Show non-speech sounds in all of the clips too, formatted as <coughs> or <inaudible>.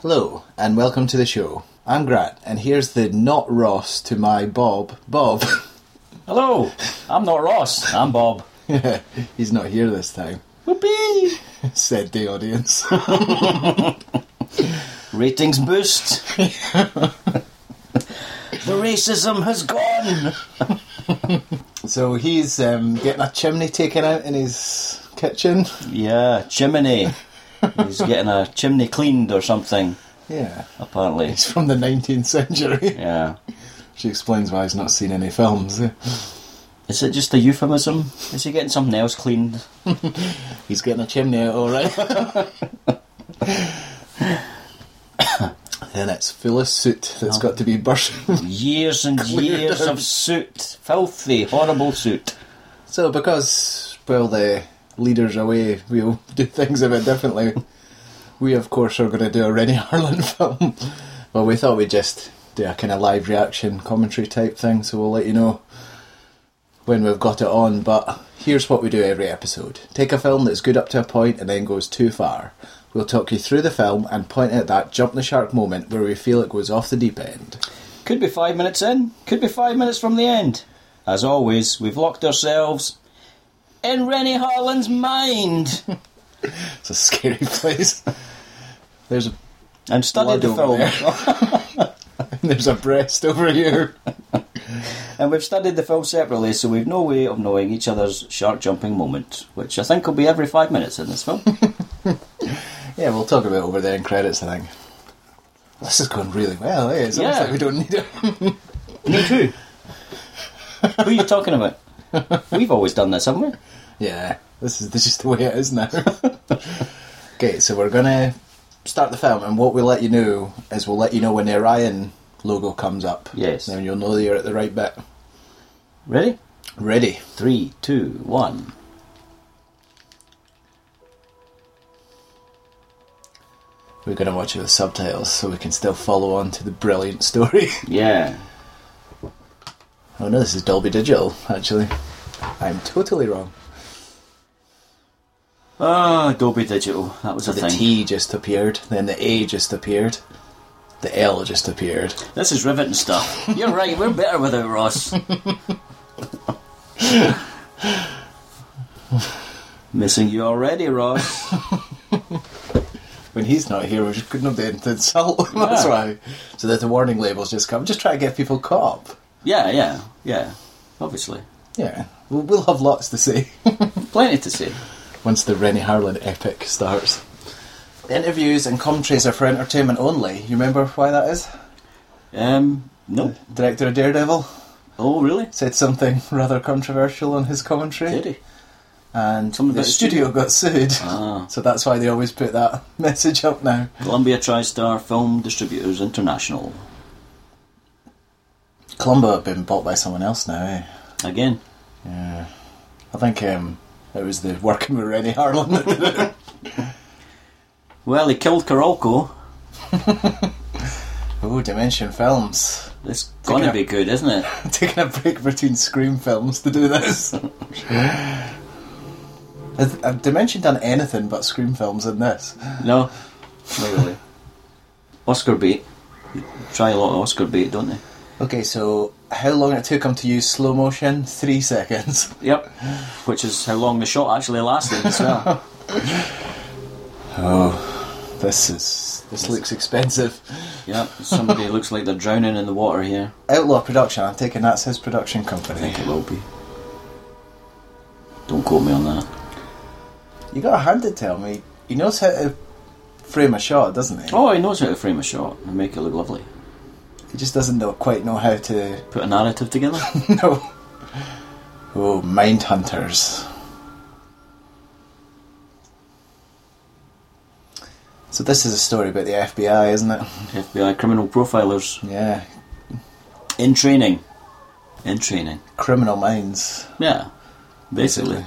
Hello, and welcome to the show. I'm Grant, and here's the not Ross to my Bob. Bob. <laughs> Hello, I'm not Ross. I'm Bob. He's not here this time, <laughs> Whoopee! said the audience. <laughs> Ratings <laughs> boost. the racism has gone. so he's um, getting a chimney taken out in his kitchen. Yeah, chimney. He's getting a chimney cleaned or something. Yeah. Apparently, It's from the 19th century. yeah. She explains why he's not seen any films. <laughs> Is it just a euphemism? Is he getting something else cleaned? He's getting a chimney out, alright. then it's full of soot that's got to be burst. Years <laughs> and Cleared years out. of soot, filthy, horrible soot. so, because, well, the leader's away, we'll <laughs> do things a bit differently. we, of course, are going to do a Rennie <laughs> Harlan film. well, we thought we'd just do a kind of live reaction commentary type thing, so we'll let you know when we've got it on. But here's what we do every episode take a film that's good up to a point and then goes too far. We'll talk you through the film and point at that jump the shark moment where we feel it goes off the deep end. Could be five minutes in. Could be five minutes from the end. As always, we've locked ourselves in Rennie Harlan's <laughs> mind. It's a scary <laughs> place. There's a and studied the Blood over <laughs> film. <laughs> there's a breast over here. and we've studied the film separately, so we've no way of knowing each other's shark jumping moment, which I think will be every five minutes in this film. Yeah, we'll talk about it over there in credits, I think. This is going really well, eh? It's almost Yeah. like we don't need it. <laughs> <laughs> Me too. <laughs> Who are you talking about? We've always done this, haven't we? yeah, this is, this is just the way it is now. <laughs> okay, so we're going to start the film, and what we'll let you know is we'll let you know when the Orion logo comes up. Yes. Then you'll know that you're at the right bit. Ready? Ready. Three, two, one. We're going to watch it with subtitles so we can still follow on to the brilliant story. <laughs> Yeah. oh no, this is Dolby Digital, actually. I'm totally wrong. Ah, Dolby Digital. That was a The thing. T just appeared, then the A just appeared, the L just appeared. This is riveting stuff. You're right, we're better without Ross. Missing you already, Ross. When he's not here, we just couldn't have dared to <laughs> insult him. That's Yeah. why. So that the warning labels just come. Just try to get people caught up. Yeah, yeah, yeah. Obviously. Yeah, we'll, we'll have lots to say <laughs> Plenty to say. once the Rennie Harlan epic starts. The interviews and commentaries are for entertainment only. You remember why that is? Um, no. Director of Daredevil Oh, really? said something <laughs> rather controversial on his commentary, Did he? and Something the about the studio got sued. Ah. So that's why they always put that <laughs> message up now. Columbia TriStar Film Distributors International. Columbo have been bought by someone else now, eh? Again. Yeah. I think um, it was the working with Rennie Harlan <laughs> that did it. Well, he killed Carolco. Oh, Dimension Films. <laughs> It's Take it gonna up. be good, isn't it? Taking a break between Scream films to do this. <laughs> Has have Dimension done anything but Scream films in this? No. Not really. Oscar bait. Try a lot of Oscar bait, don't they? Okay, so how long it took him to use slow motion? Three seconds. Yep. Which is how long the shot actually lasted as well. <sighs> This is. This looks expensive. yep. Somebody looks like they're drowning in the water here. Outlaw Production, I'm taking that's his production I company. think it will be. Don't quote me on that. You gotta hand it to him. He, he knows how to frame a shot, doesn't he? Oh, he knows how to frame a shot and make it look lovely. He just doesn't know, quite know how to. <laughs> Put a narrative together. No. Oh, mind hunters. So this is a story about the FBI, isn't it? FBI criminal profilers Yeah, in training. In training. criminal minds, Yeah. Basically.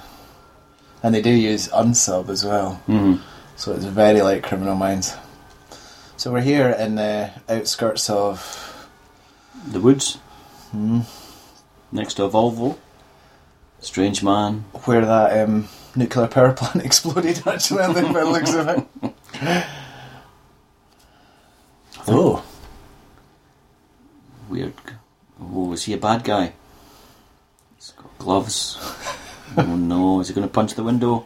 and they do use unsub as well. Mhm. So it's very like criminal minds. So we're here in the outskirts of The woods. Next to a Volvo. Strange man. where that um, nuclear <laughs> power plant exploded. Actually, I think by the looks of it. Oh, Weird. g- Oh, is he a bad guy? He's got gloves. oh <laughs> no, is he going to punch the window?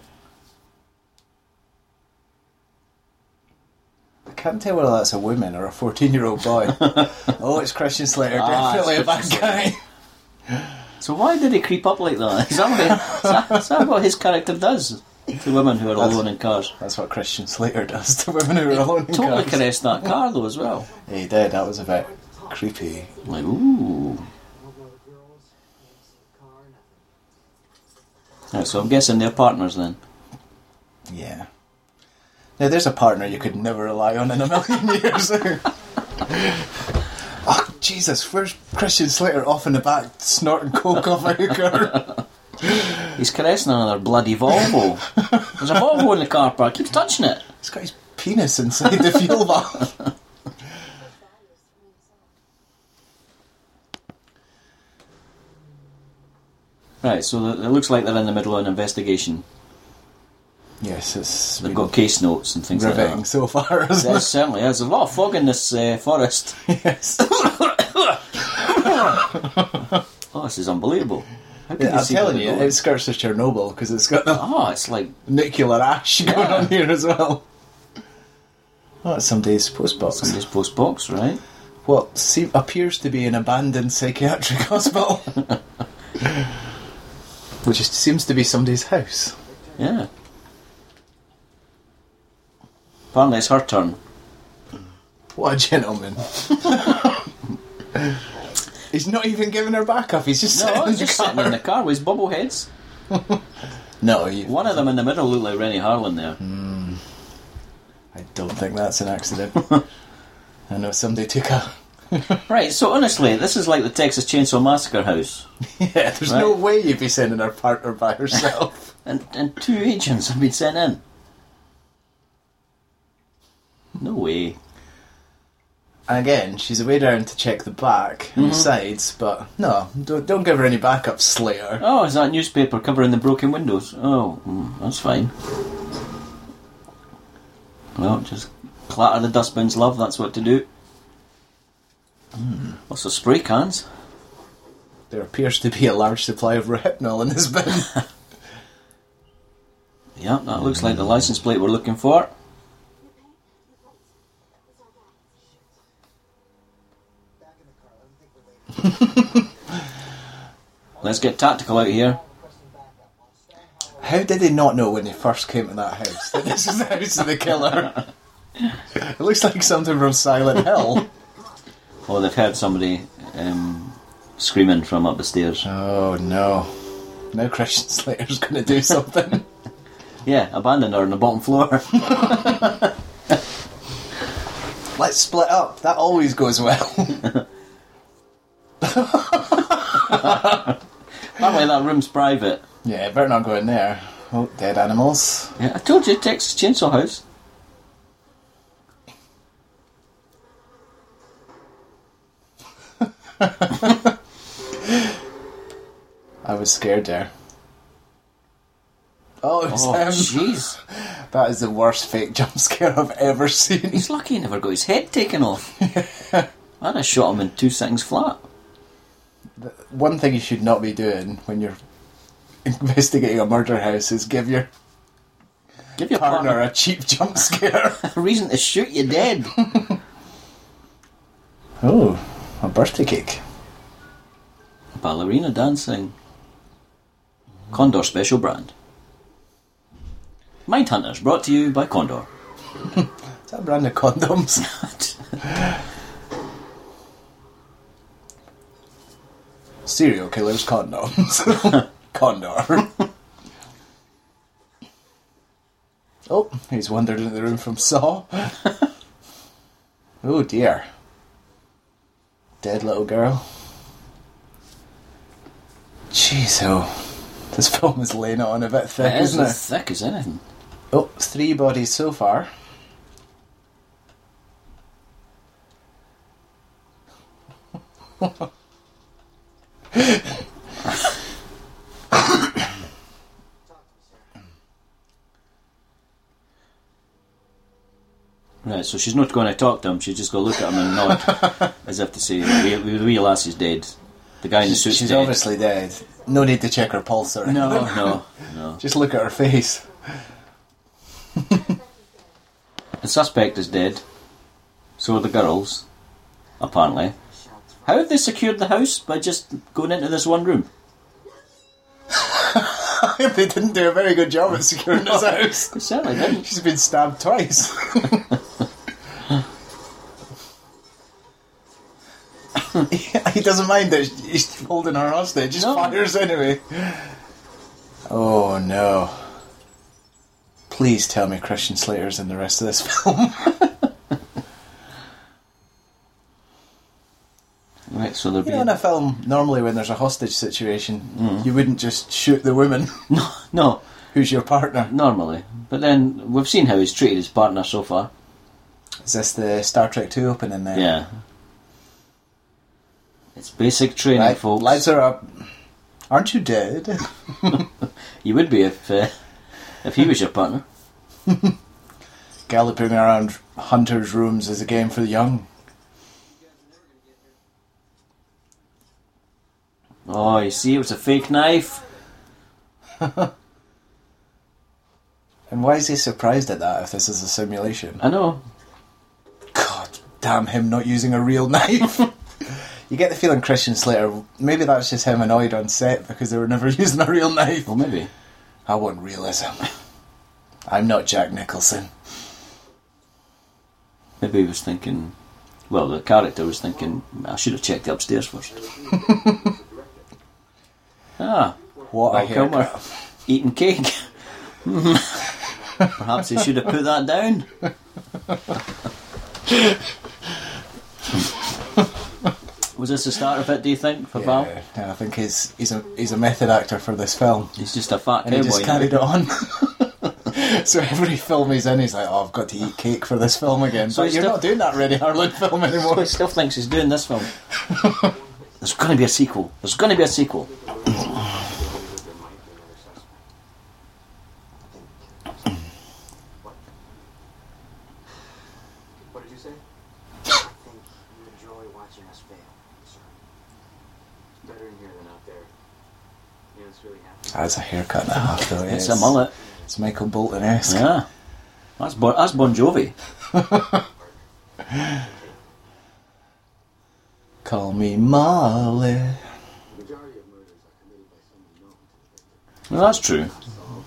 I can't tell whether that's a woman or a fourteen-year-old <laughs> boy. oh, it's Christian Slater, Ah, it's definitely a bad Christian guy. So why did he creep up like that? Is that what, is that- is that what his character does to women who are That's- alone in cars? That's what Christian Slater does to women who are alone in Totally cars. caressed that car though as well. He did. That was a bit creepy. Like ooh. Right, so I'm guessing they're partners then. Yeah. Now there's a partner you could never rely on in a million <laughs> years. oh Jesus! Where's Christian Slater off in the back snorting coke off a hooker? He's caressing another bloody Volvo. There's a Volvo in the car park. Keeps touching it. He's got his penis inside the fuel valve. Right, so th- it looks like they're in the middle of an investigation. Yes, it's They've been got case notes and things like riveting that. so far, isn't There certainly is. There's a lot of fog in this uh, forest. it? <laughs> Yes. Oh, this is unbelievable. How can I'm see telling where you, they're going? it skirts of Chernobyl because it's got the Oh, it's like <laughs> nuclear ash going Yeah. on here as well. Oh, it's somebody's postbox. somebody's post box, right? what seem, appears to be an abandoned psychiatric <laughs> hospital, which is, seems to be somebody's house. Yeah. Apparently, it's her <laughs> turn. What a <laughs> gentleman! he's not even giving her back up. He's just No, sitting in he's the just car. sitting in the car with his bubble heads. No, you, One of them in the middle looked like Rennie Harlan there. Mm. I don't think that's an <laughs> accident. I know somebody took a. <laughs> Right, so honestly, this is like the Texas Chainsaw Massacre house. yeah, there's no Right. way you'd be sending her partner <laughs> by herself. And, and two agents have been sent in. No way. And Again, she's away down to check the back and the sides, but no, don't, don't give her any backup, Slayer. Oh, is that newspaper covering the broken windows? Oh, mm, that's fine. Well, just clatter the dustbins, love, that's what to do. Hmm, Lots of spray cans. There appears to be a large supply of rehypnol in this bin. <laughs> Yeah, that looks like the license plate we're looking for. <laughs> Let's get tactical out here. How did they not know when they first came to that house that this is the house of the <laughs> killer? it looks like something from Silent Hill. Oh, they've heard somebody um, screaming from up the stairs. <laughs> Oh no. Now Christian Slater's gonna do <laughs> something. Yeah, abandoned her on the bottom floor. <laughs> Let's split up. That always goes well. that way, that room's private. yeah, better not go in there. Oh, dead animals. Yeah, I told you, Texas Chainsaw House. I was scared there. Oh, it's <laughs> Oh, him. jeez. <laughs> That is the worst fake jump scare I've ever seen. <laughs> He's lucky he never got his head taken <laughs> off. I'd have shot him in two seconds flat. One thing you should not be doing when you're <laughs> investigating a murder house is give your Give your partner partner a cheap jump <laughs> scare. a reason to shoot you dead. <laughs> Oh, a birthday cake. Ballerina dancing. Condor special brand. Mindhunters brought to you by Condor. <laughs> Is that a brand of condoms? <laughs> Serial killers condoms. <laughs> Condor. oh, he's wandered into the room from Saw. <laughs> oh dear. Dead little girl. Jeez, oh. This film is laying it on a bit thick, it is isn't it? as thick as anything. Oh, three bodies so far. minutes, so she's not going to talk to him. She's just going to look at him and <laughs> nod, as if to say, "The wee- the wee lass is dead. The guy in the suit's She's dead." obviously dead. No need to check her pulse or anything. no, no, no. Just look at her face. <laughs> The suspect is dead. So are the girls, apparently. How have they secured the house by just going into this one room? they didn't do a very good job <laughs> at securing this house. They certainly didn't. <laughs> She's been stabbed twice. <laughs> he doesn't mind that he's holding her hostage. Just No. fires anyway. Oh no! Please tell me Christian Slater's in the rest of this <laughs> film. Right, so they're you know, in being. a film, normally when there's a hostage situation, Mm-hmm. you wouldn't just shoot the woman <laughs> No, no, who's your partner. normally. But then we've seen how he's treated his partner so far. Is this the Star Trek Two opening there? Yeah. It's basic training, Right, folks. lights are up. Aren't you dead? You would be if uh, if he was your partner. Galloping around hunters' rooms is a game for the young. Oh, you see, it was a fake knife. And why is he surprised at that if this is a simulation? I know. God damn him not using a real <laughs> knife. you get the feeling Christian Slater, maybe that's just him annoyed on set because they were never <laughs> using a real knife. Well, maybe. I want realism. I'm not Jack Nicholson. Maybe he was thinking. Well, the character was thinking, I should have checked upstairs first. <laughs> ah, What a Val Kilmer haircut. eating cake. <laughs> Hmm. Perhaps he should have put that <laughs> down. was this the start of it? Do you think for Val? Yeah, yeah, I think he's he's a he's a method actor for this film. He's just a fat And he cowboy. just carried it on. <laughs> so every film he's in, he's like, "Oh, I've got to eat cake for this film again." So but he's you're still- not doing that Rennie Harlan <laughs> film Well, anymore. he still thinks he's doing this film. There's going to be a sequel. There's going to be a sequel. What did you say? I think you enjoy watching us fail, sir. It's better in here than out there. You know, it's really happening. That's a haircut and a half, though. yeah. It's, a mullet. It's Michael Bolton-esque. Yeah. That's bon, that's bon Jovi. Call me Molly. The majority of murders are committed by someone known to the victim. Well, that's true.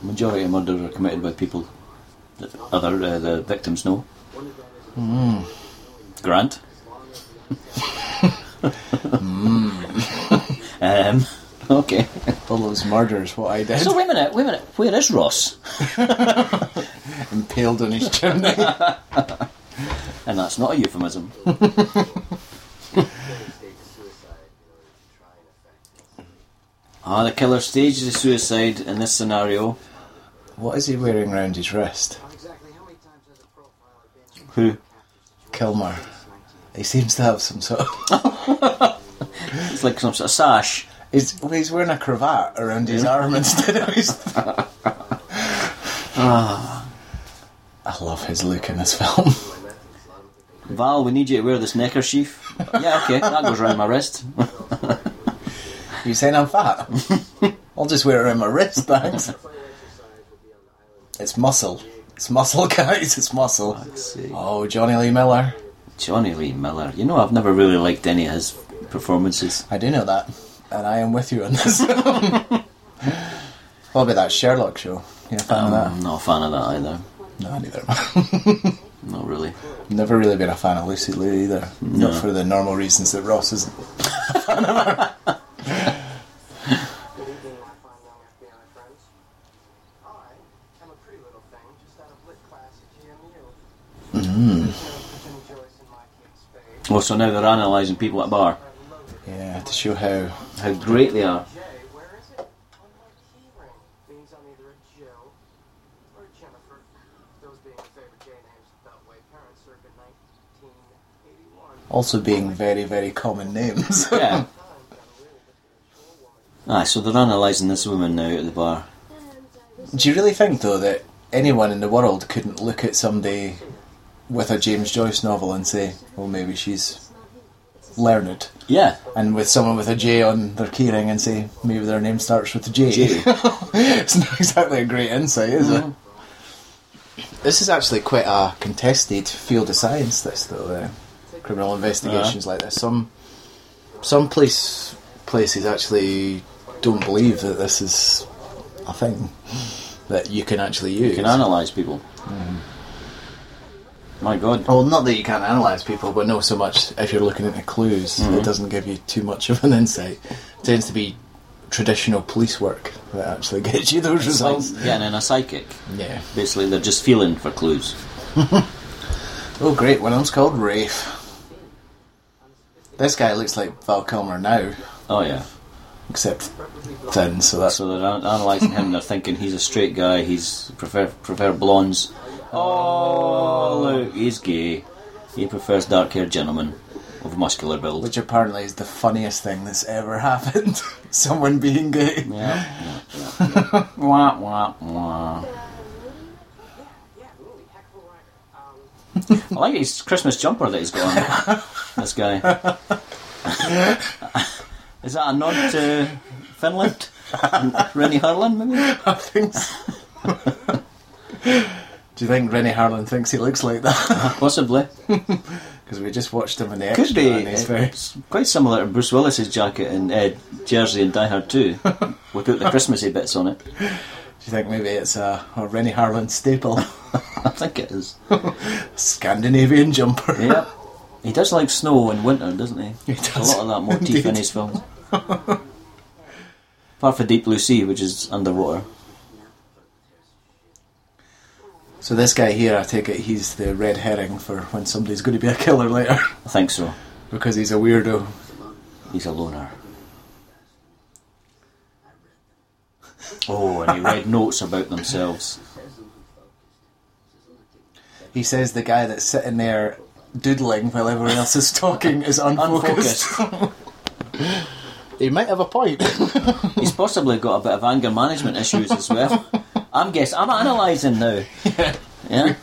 Majority of murders are committed by people that other uh, the victims know. One advantage of Grant. <laughs> um, okay. All those murders, what I did. So wait a minute. Wait a minute. Where is Ross? <laughs> Impaled on his chimney. <laughs> And that's not a euphemism. the state of suicide in order to try and affect Ah, the killer stages a suicide in this scenario. what is he wearing round his wrist? Exactly how many times has a profiler been in Who? Kilmer. this 19? He seems to have some sort of... <laughs> It's like some sort of sash. He's, well, he's wearing a cravat around his arm instead of <laughs> his... <laughs> Ah. I love his look in this film. <laughs> Val, we need you to wear this neckerchief. yeah, okay, that goes round my wrist. <laughs> You saying I'm fat? <laughs> I'll just wear it around my wrist, thanks. It's muscle. It's muscle, <laughs> guys. It's muscle. Oh, Johnny Lee Miller. Johnny Lee Miller. You know, I've never really liked any of his performances. I do know that, and I am with you on this. <laughs> what about that Sherlock show? You a fan of I'm not a fan of that either. that? No, neither. <laughs> am I. Not really. Never really been a fan of Lucy Liu either. Not for the normal reasons that Ross isn't. Good evening, my fine young FBI friends. I am a pretty little thing, just out of lit class at GMU. Mmm. Joyce and Mikey and Spade Well, Oh, so now they're analysing people at a bar. are loaded. Yeah, to show how. How great they are. Jay, where is it? On my keyring. Means I'm either a Joe or a Jennifer. Those being the favorite J names of Beltway parents circa 1981. Also being very, very common names. <laughs> Yeah. Times got a really mature woman. Aye, so they're analysing this woman now at the bar. Do you really think, though, that anyone in the world couldn't look at somebody with a James Joyce novel and say, well, maybe she's learned. Yeah. And with someone with a J on their keyring and say, maybe their name starts with J. J. <laughs> it's not exactly a great insight, is it? This is actually quite a contested field of science, this, though, the criminal investigations like this. Some some place, places actually don't believe that this is a thing that you can actually use. You can analyse people. My God. Well, not that you can't analyse people, but no so much if you're looking into clues, it doesn't give you too much of an insight. It tends to be traditional police work that actually <laughs> gets you those <laughs> It's like results. getting in a psychic. Yeah. Basically, they're just feeling for clues. Oh, great, one of them's called Rafe. This guy looks like Val Kilmer now, Oh yeah. except thin, so that's. So they're an- analysing him. They're thinking he's a straight guy. He's prefer prefer blondes. Oh look, he's gay. He prefers dark-haired gentlemen of muscular build. Which apparently is the funniest thing that's ever <laughs> happened. Someone being gay. Yeah. yeah, <laughs> yeah. wah wah wah. Yeah, really, heck of a writer. I Um, like his Christmas jumper that he's <laughs> got on. this guy. <laughs> Is that a nod to Finland? Rennie Harlan, maybe? <laughs> <laughs> I think so. <laughs> Do you think Rennie Harlan thinks he looks like that? Possibly. Because we just watched him in the Could extra be. eh, and he's very It's quite similar to Bruce Willis's jacket in uh, Jersey and Die Hard 2, <laughs> without the Christmassy bits on it. Do you think maybe it's a, a Rennie Harlan staple? <laughs> I think it is. Scandinavian jumper. Yep. He does like snow in winter, doesn't He he? A does. lot of that motif <laughs> in Indeed. his films. Apart from Deep Blue Sea, which is underwater. So this guy here, I take it he's the red herring for when somebody's going to be a killer later <laughs> I think so. because he's a weirdo. He's a loner. Oh, and he read notes about themselves. He says the guy that's sitting there doodling while everyone else is talking is unfocused. he might have a point. He's possibly got a bit of anger management issues as well. I'm guess I'm analysing now. Yeah. We're <laughs>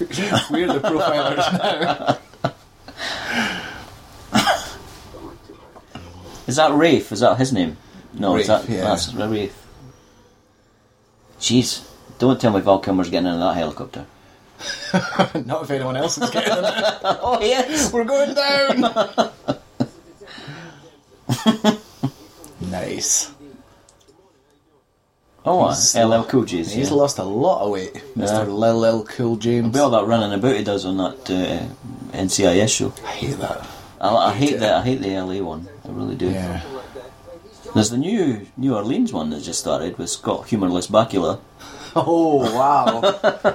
the profilers <laughs> now. Is that Rafe? Is that his name? No, is Rafe, that yeah. that's Rafe. Jeez. Don't tell me Val Kilmer's getting in that helicopter. Not if anyone else is getting it. Oh yes! We're going down. <laughs> nice. Oh uh, He's- LL Cool J's. He's yeah. lost a lot of weight, Yeah. Mr. Lil Lil Cool James. Well, that running about he does on that uh, NCIS show. I hate that. I, I hate that. I hate the LA one. I really do. Yeah. There's the new New Orleans one that just started with Scott Humorless Bakula. Oh wow.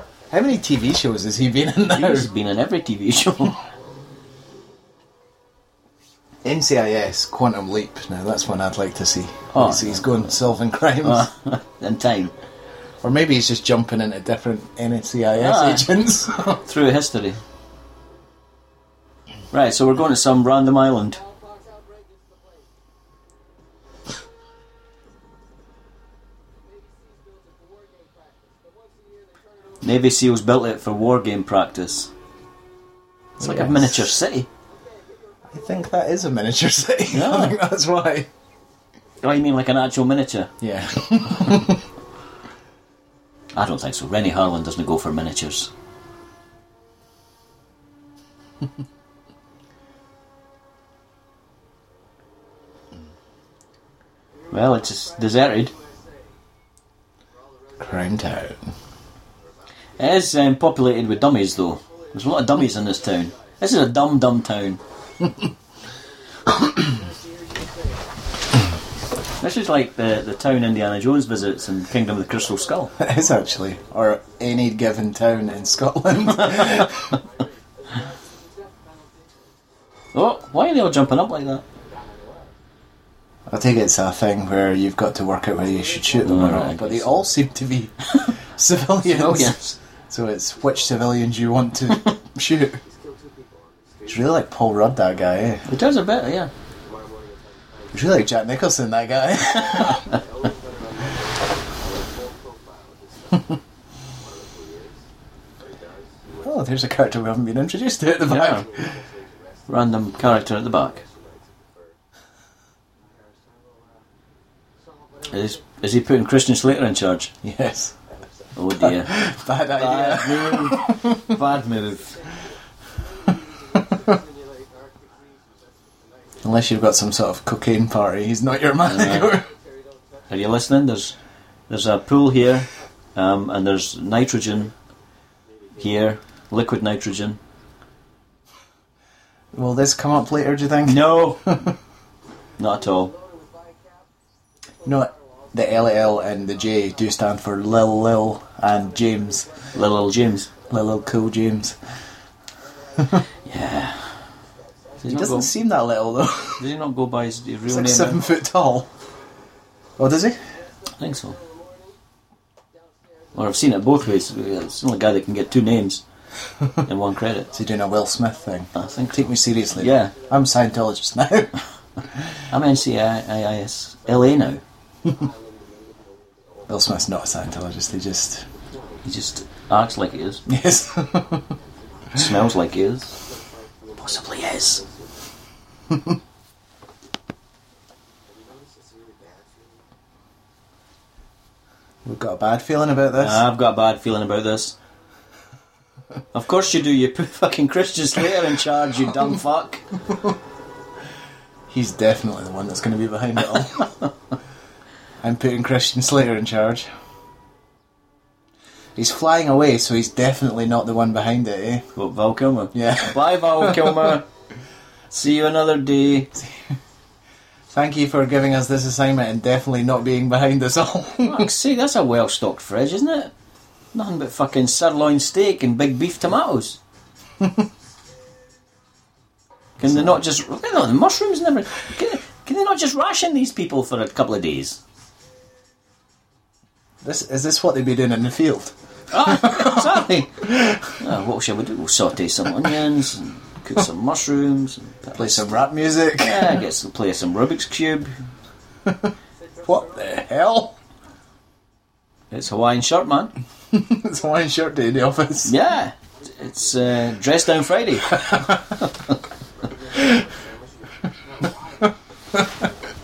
<laughs> How many TV shows has he been in now? He's been in every TV <laughs> show. NCIS Quantum Leap. Now that's one I'd like to see. Oh. He's- he's going solving crimes, in time. or maybe he's just jumping into different NCIS Ah. <laughs> agents. Through history. Right, so we're going to some random island. Fox outbreak is the place. Navy SEALs built it for war game practice, but once a year they turn it over. Navy SEALs built it for war game practice. It's like a miniature city. I think that is a miniature city. <laughs> Yeah. I think that's why. Oh, you mean like an actual miniature? Yeah. I don't think so. Rennie Harlan doesn't go for miniatures. <laughs> well, it's just deserted. Crime Town. It is um, populated with dummies, though. There's a lot of dummies in this town. This is a dumb, dumb town. this is like the, the town Indiana Jones visits in Kingdom of the Crystal Skull. It is actually, or any given town in Scotland. <laughs> Oh, why are they all jumping up like that? I think it's a thing where you've got to work out whether you should shoot them or Alright, Mm, I not, but they guess. all seem to be <laughs> civilians. Oh, yes. So it's which civilians you want to <laughs> shoot. It's really like Paul Rudd, that guy. Eh? It does a bit, yeah. <laughs> It's really like Jack Nicholson, that guy. <laughs> oh, there's a character we haven't been introduced to at the Yeah. back. Random character at the back. Is, is he putting Christian Slater in charge? Yes. <laughs> Oh dear. Bad idea. Bad move. Bad move. Simulate Arctic regions. That's <laughs> the Unless you've got some sort of cocaine party, he's not your man to go Yeah. night. Carried out that Are you listening? There's there's a pool here, um, and there's nitrogen here, liquid nitrogen. <laughs> Will this come up later, do you think? <laughs> No, not at all. loaded with Viscap. No, the LL and the J do stand for Lil Lil and James. Little, little James. Lil Lil Cool James. Yeah. Does he, He not doesn't go, seem that little <laughs> though. does he not go by his, his real He's like name? seven now? foot tall. Oh, does he? I think so. Or I've seen it both ways. It's the only guy that can get two <laughs> names in one credit. Is he doing a Will Smith thing? I think. Take me seriously. Yeah, I'm Scientologist now. <laughs> I'm NCIS LA now. Will Smith's not a Scientologist, he just. <laughs> He just acts like he is, Yes. smells like he is, possibly is. <laughs> We've got a bad feeling about this. I've got a bad feeling about this. Of course you do. You put fucking Christian Slater in charge, you dumb fuck. He's definitely the one that's going to be behind it all. <laughs> I'm putting Christian Slater in charge. He's flying away, so he's definitely not the one behind it, eh? What, Val Kilmer? Yeah. Bye, Val Kilmer. See you another day. Thank you for giving us this assignment and definitely not being behind us all. <laughs> Fuck's sake, that's a well stocked fridge, isn't it? Nothing but fucking sirloin steak and big beef tomatoes. can they not just. You know, the mushrooms never. Can, can they not just ration these people for a couple of days? this is this what they'd be doing in the field? Ah, exactly. Ah, what shall we do? We'll saute some onions and cook some mushrooms. And Play some rap music. Yeah, get to play some Rubik's Cube. What the hell? <laughs> It's Hawaiian shirt, man. It's Hawaiian shirt day in the office. Yeah. It's uh, Dress Down Friday. <laughs>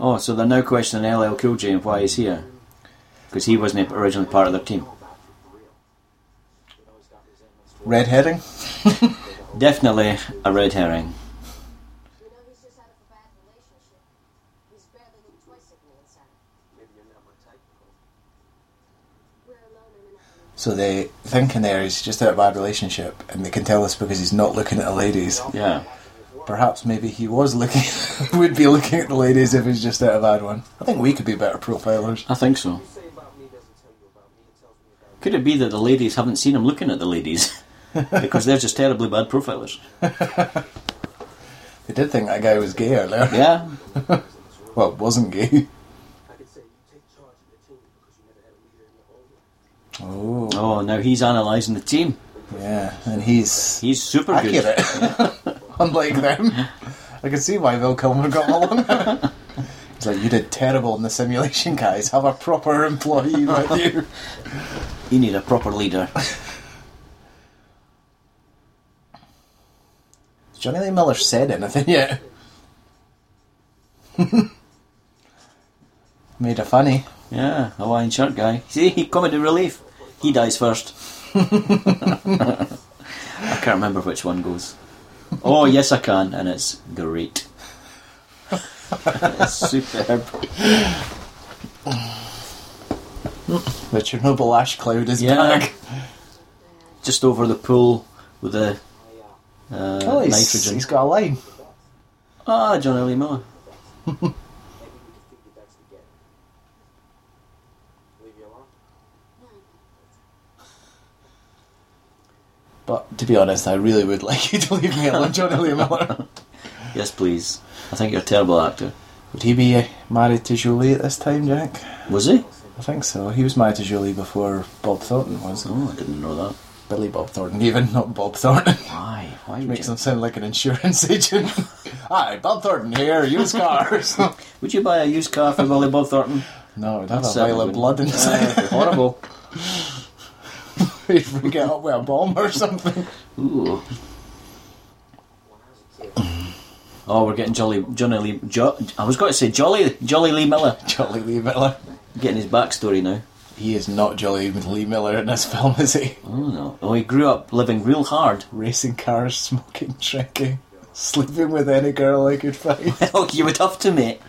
Oh, so they're now questioning LL Cool J and why he's here. Because he wasn't originally part of their team. Red herring. Definitely a red herring. You know, he's just out of a bad relationship. He's barely looked twice at me inside. We're alone in an island. So they thinking there he's just out of a bad relationship, and they can tell this because he's not looking at the ladies. Yeah. Perhaps maybe he was looking, <laughs> would be looking at the ladies if he's just out of a bad one. I think we could be better profilers. I think so. Say about me doesn't tell you about me, it tells me about Could it be that the ladies haven't seen him looking at the ladies? <laughs> because they're just terribly bad profilers. They did think that guy was gay earlier. Yeah. <laughs> Well, wasn't gay. <laughs> I could say you take charge of the team because you never had a leader in your whole life. Oh, Oh, now he's analysing the team. yeah, and he's He's super good. accurate. <laughs> Unlike them, I can see why Bill Kilmer got <laughs> along. He's like, you did terrible in the simulation, guys. Have a proper employee with <laughs> you. You need a proper leader. Has Johnny Lee Miller said anything yet? <laughs> Made a funny. Yeah, Hawaiian shirt guy. See, he comedy relief. He <laughs> dies first. I can't remember which one goes. Oh yes, I can, and it's great. it's superb. <laughs> The Chernobyl ash cloud is Yeah. back. Just over the pool with the uh, Oh, he's, nitrogen. he's got a line. Ah, John Ellie Miller. Maybe we could figure that's together. Leave you alone? But to be honest, I really would <laughs> like you to leave me alone, Johnny Lee <laughs> Miller. Yes, please. I think you're a terrible actor. Would he be uh, married to Julie at this time, Jack? Was he? I think so. He was married to Julie before Bob Thornton was. Oh, I didn't know that. Billy Bob Thornton, even, not Bob Thornton. <laughs> Why? Why would Makes you? him sound like an insurance <laughs> agent. Hi, Bob Thornton here, use cars. <laughs> Would you buy a used car for Billy Bob Thornton? No, it would have a Certainly vial of wouldn't. blood Uh, inside. it'd be <laughs> <laughs> horrible. He'd freak it up with a bomb or something. Ooh. When I was a kid, Oh, we're getting Jolly Johnny Lee. Jo, I was going to say Jolly Jolly Lee Miller. <laughs> Jolly Lee Miller. Getting his backstory now. He is not Jolly Lee Miller in this film, is he? Oh no! Oh, he grew up living real hard. <laughs> Racing cars, smoking, drinking, sleeping with any girl I could find. Look, Oh, you would have to, mate.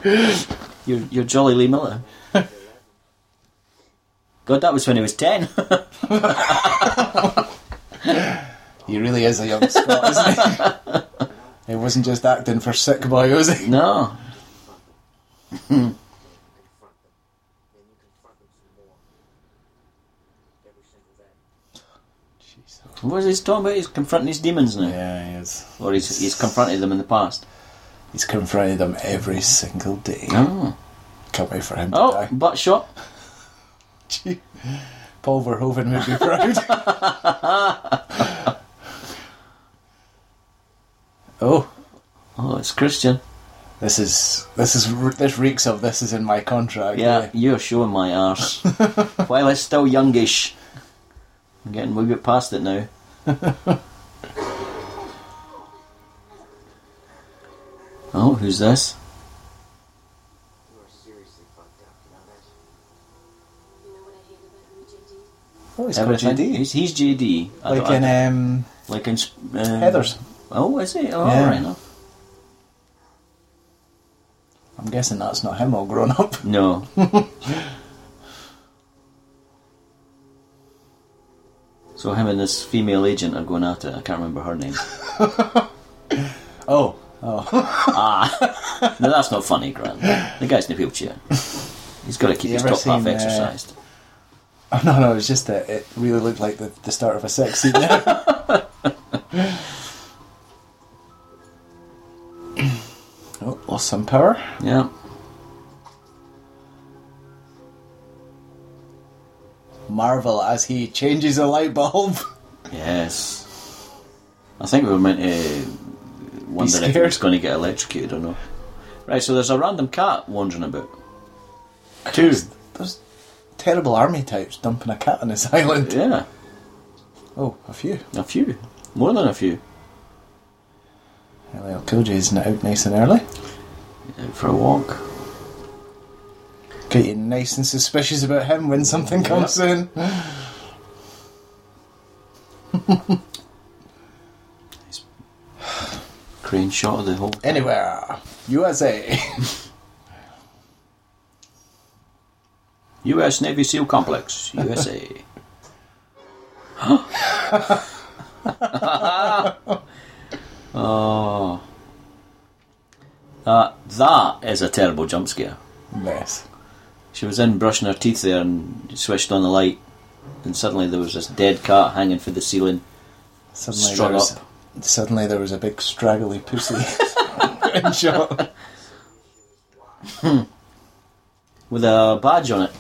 You're, you're Jolly <laughs> Lee Miller. God, that was when he was ten. <laughs> <laughs> He really is a young Scot, isn't <laughs> he? he wasn't just acting for sick boy, was <laughs> he? no, confront them. Then you confront them some more. Ever since that. what is he talking about? He's confronting his demons now, Yeah, he is. or he's he's confronted them in the past. He's confronted them every single day. Oh, Can't wait for him to oh, die. butt shot. Gee. <laughs> Paul Verhoeven would be <laughs> proud. oh, Oh, it's Christian. this is this is this reeks of this is in my contract. Yeah, you're showing my arse. While it's still youngish, I'm getting a wee bit past <laughs> it now. oh, who's this? You are seriously fucked up, you know that? You know what I hate about you, <laughs> JD? Oh, he's Everything. called JD. He's, he's JD. I Like don't- I in don't- um, like in Sp- uh, Heathers. Oh, is he? Oh, Yeah. right enough. I'm guessing that's not him all grown up. <laughs> No. so him and this female agent are going at it. I can't remember her name. Oh, oh. Ah. <laughs> No, that's not funny, Grant. The guy's in a wheelchair. He's got to keep You his ever top half seen, uh, exercised. <laughs> oh no, no, it's just that it really looked like the, the start of a sex scene <laughs> there. <coughs> oh, lost some power. Yeah. Marvel as he changes a light bulb. Yes. I think we were meant to wonder if he scared. was going to get electrocuted or not. Right, so there's a random cat wandering about. Two. Those terrible army types dumping a cat on this <laughs> island. Yeah, Oh, a few. a few. More than a few. Hello, Killjoy's not out nice and early. Out for a walk. Get you nice and suspicious about him when something comes in. Crane shot of the whole. Anywhere. USA. US Navy SEAL Complex, USA. <laughs> oh. That, that is a terrible jump scare. Mess. She was in brushing her teeth there and switched on the light, and suddenly there was this dead cat hanging from the ceiling. Suddenly Strung there was, up. Suddenly there was a big straggly pussy. <laughs> in shot. With a badge on it.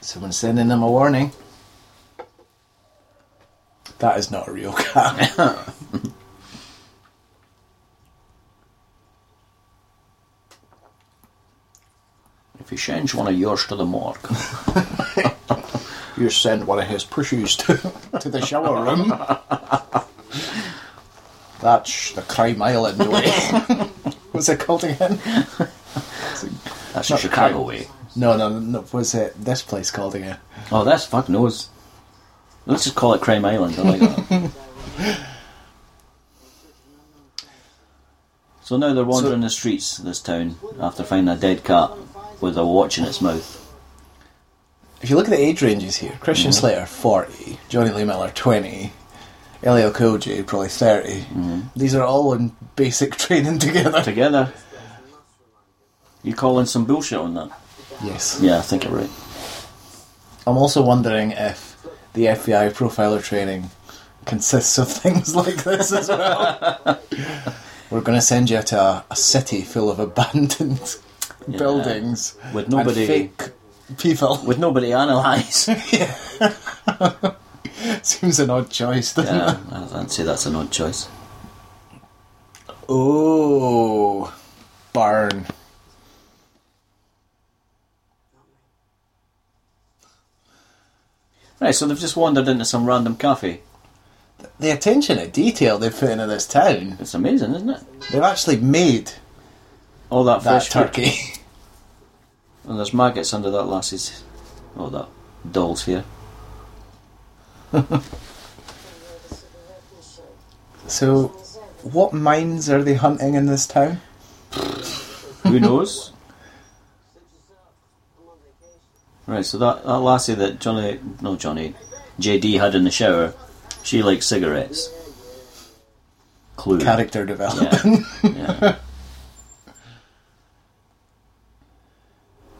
Someone's sending him a warning. That is not a real cat. If you change one of yours to the morgue. you sent one of his pussies to, to the shower room. That's the crime island way. <laughs> What's it called again? That's Not Chicago crime. way. No, no, no. What's it? This place called again? Oh, that's fuck knows. Let's just call it Crime Island. I like that. <laughs> so now they're wandering the streets of this town after finding a dead cat with a watch in its mouth. If you look at the age ranges here, Christian Slater forty, Johnny Lee Miller twenty, Elio Koji probably 30 These are all in basic <laughs> training together. Together. You calling some bullshit on that? Yes. Yeah, I think you're right. I'm also wondering if the FBI profiler training consists of <laughs> things like this as well. <laughs> We're going to send you to a, a city full of abandoned Yeah. buildings With nobody- and fake people. <laughs> <laughs> With nobody to analyse. <laughs> Seems an odd choice, doesn't it? yeah, I- I'd say that's an odd choice. Oh, burn. Right, so they've just wandered into some random cafe. The attention to detail they put into this town. It's amazing, isn't it? They've actually made All that, that fresh food. turkey. <laughs> And there's maggots under that lassie's. Oh, that doll's here. so, what mines are they hunting in this town? Who knows? right, so that, that lassie that Johnny, no, Johnny, JD had in the shower, she likes cigarettes. Clue. Character development. Yeah. yeah.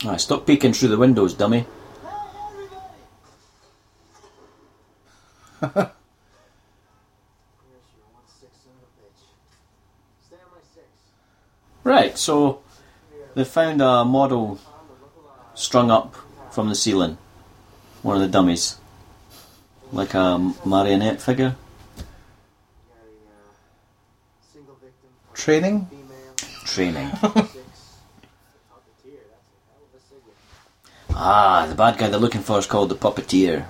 Alright, stop peeking through the windows, dummy. Here's your one six son of a bitch. Stay on my six. Right, so they found a model I'm the local eye. strung up from the ceiling. One of the dummies. Like a marionette figure. Got a uh, single victim. Training? <laughs> Female. Training. six. Puppeteer. That's a hell of a signal. Ah, the bad guy they're looking for is called the Puppeteer.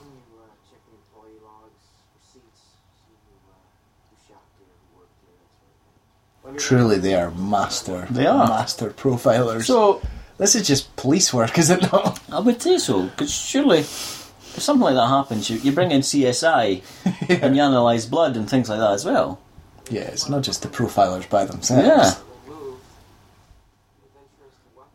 When you uh, check the employee logs, receipts, see who, uh, who shopped here, who worked here, that sort of thing. Let <laughs> me Truly, they are master. They are. master profilers. So, this is just police work, is it not? <laughs> I would say so, because surely if something like that happens, you, you bring in <laughs> CSI and you analyse blood and things like that as well. Yeah, it's not just the profilers by themselves. Yeah. Removed. Adventurous to weapon.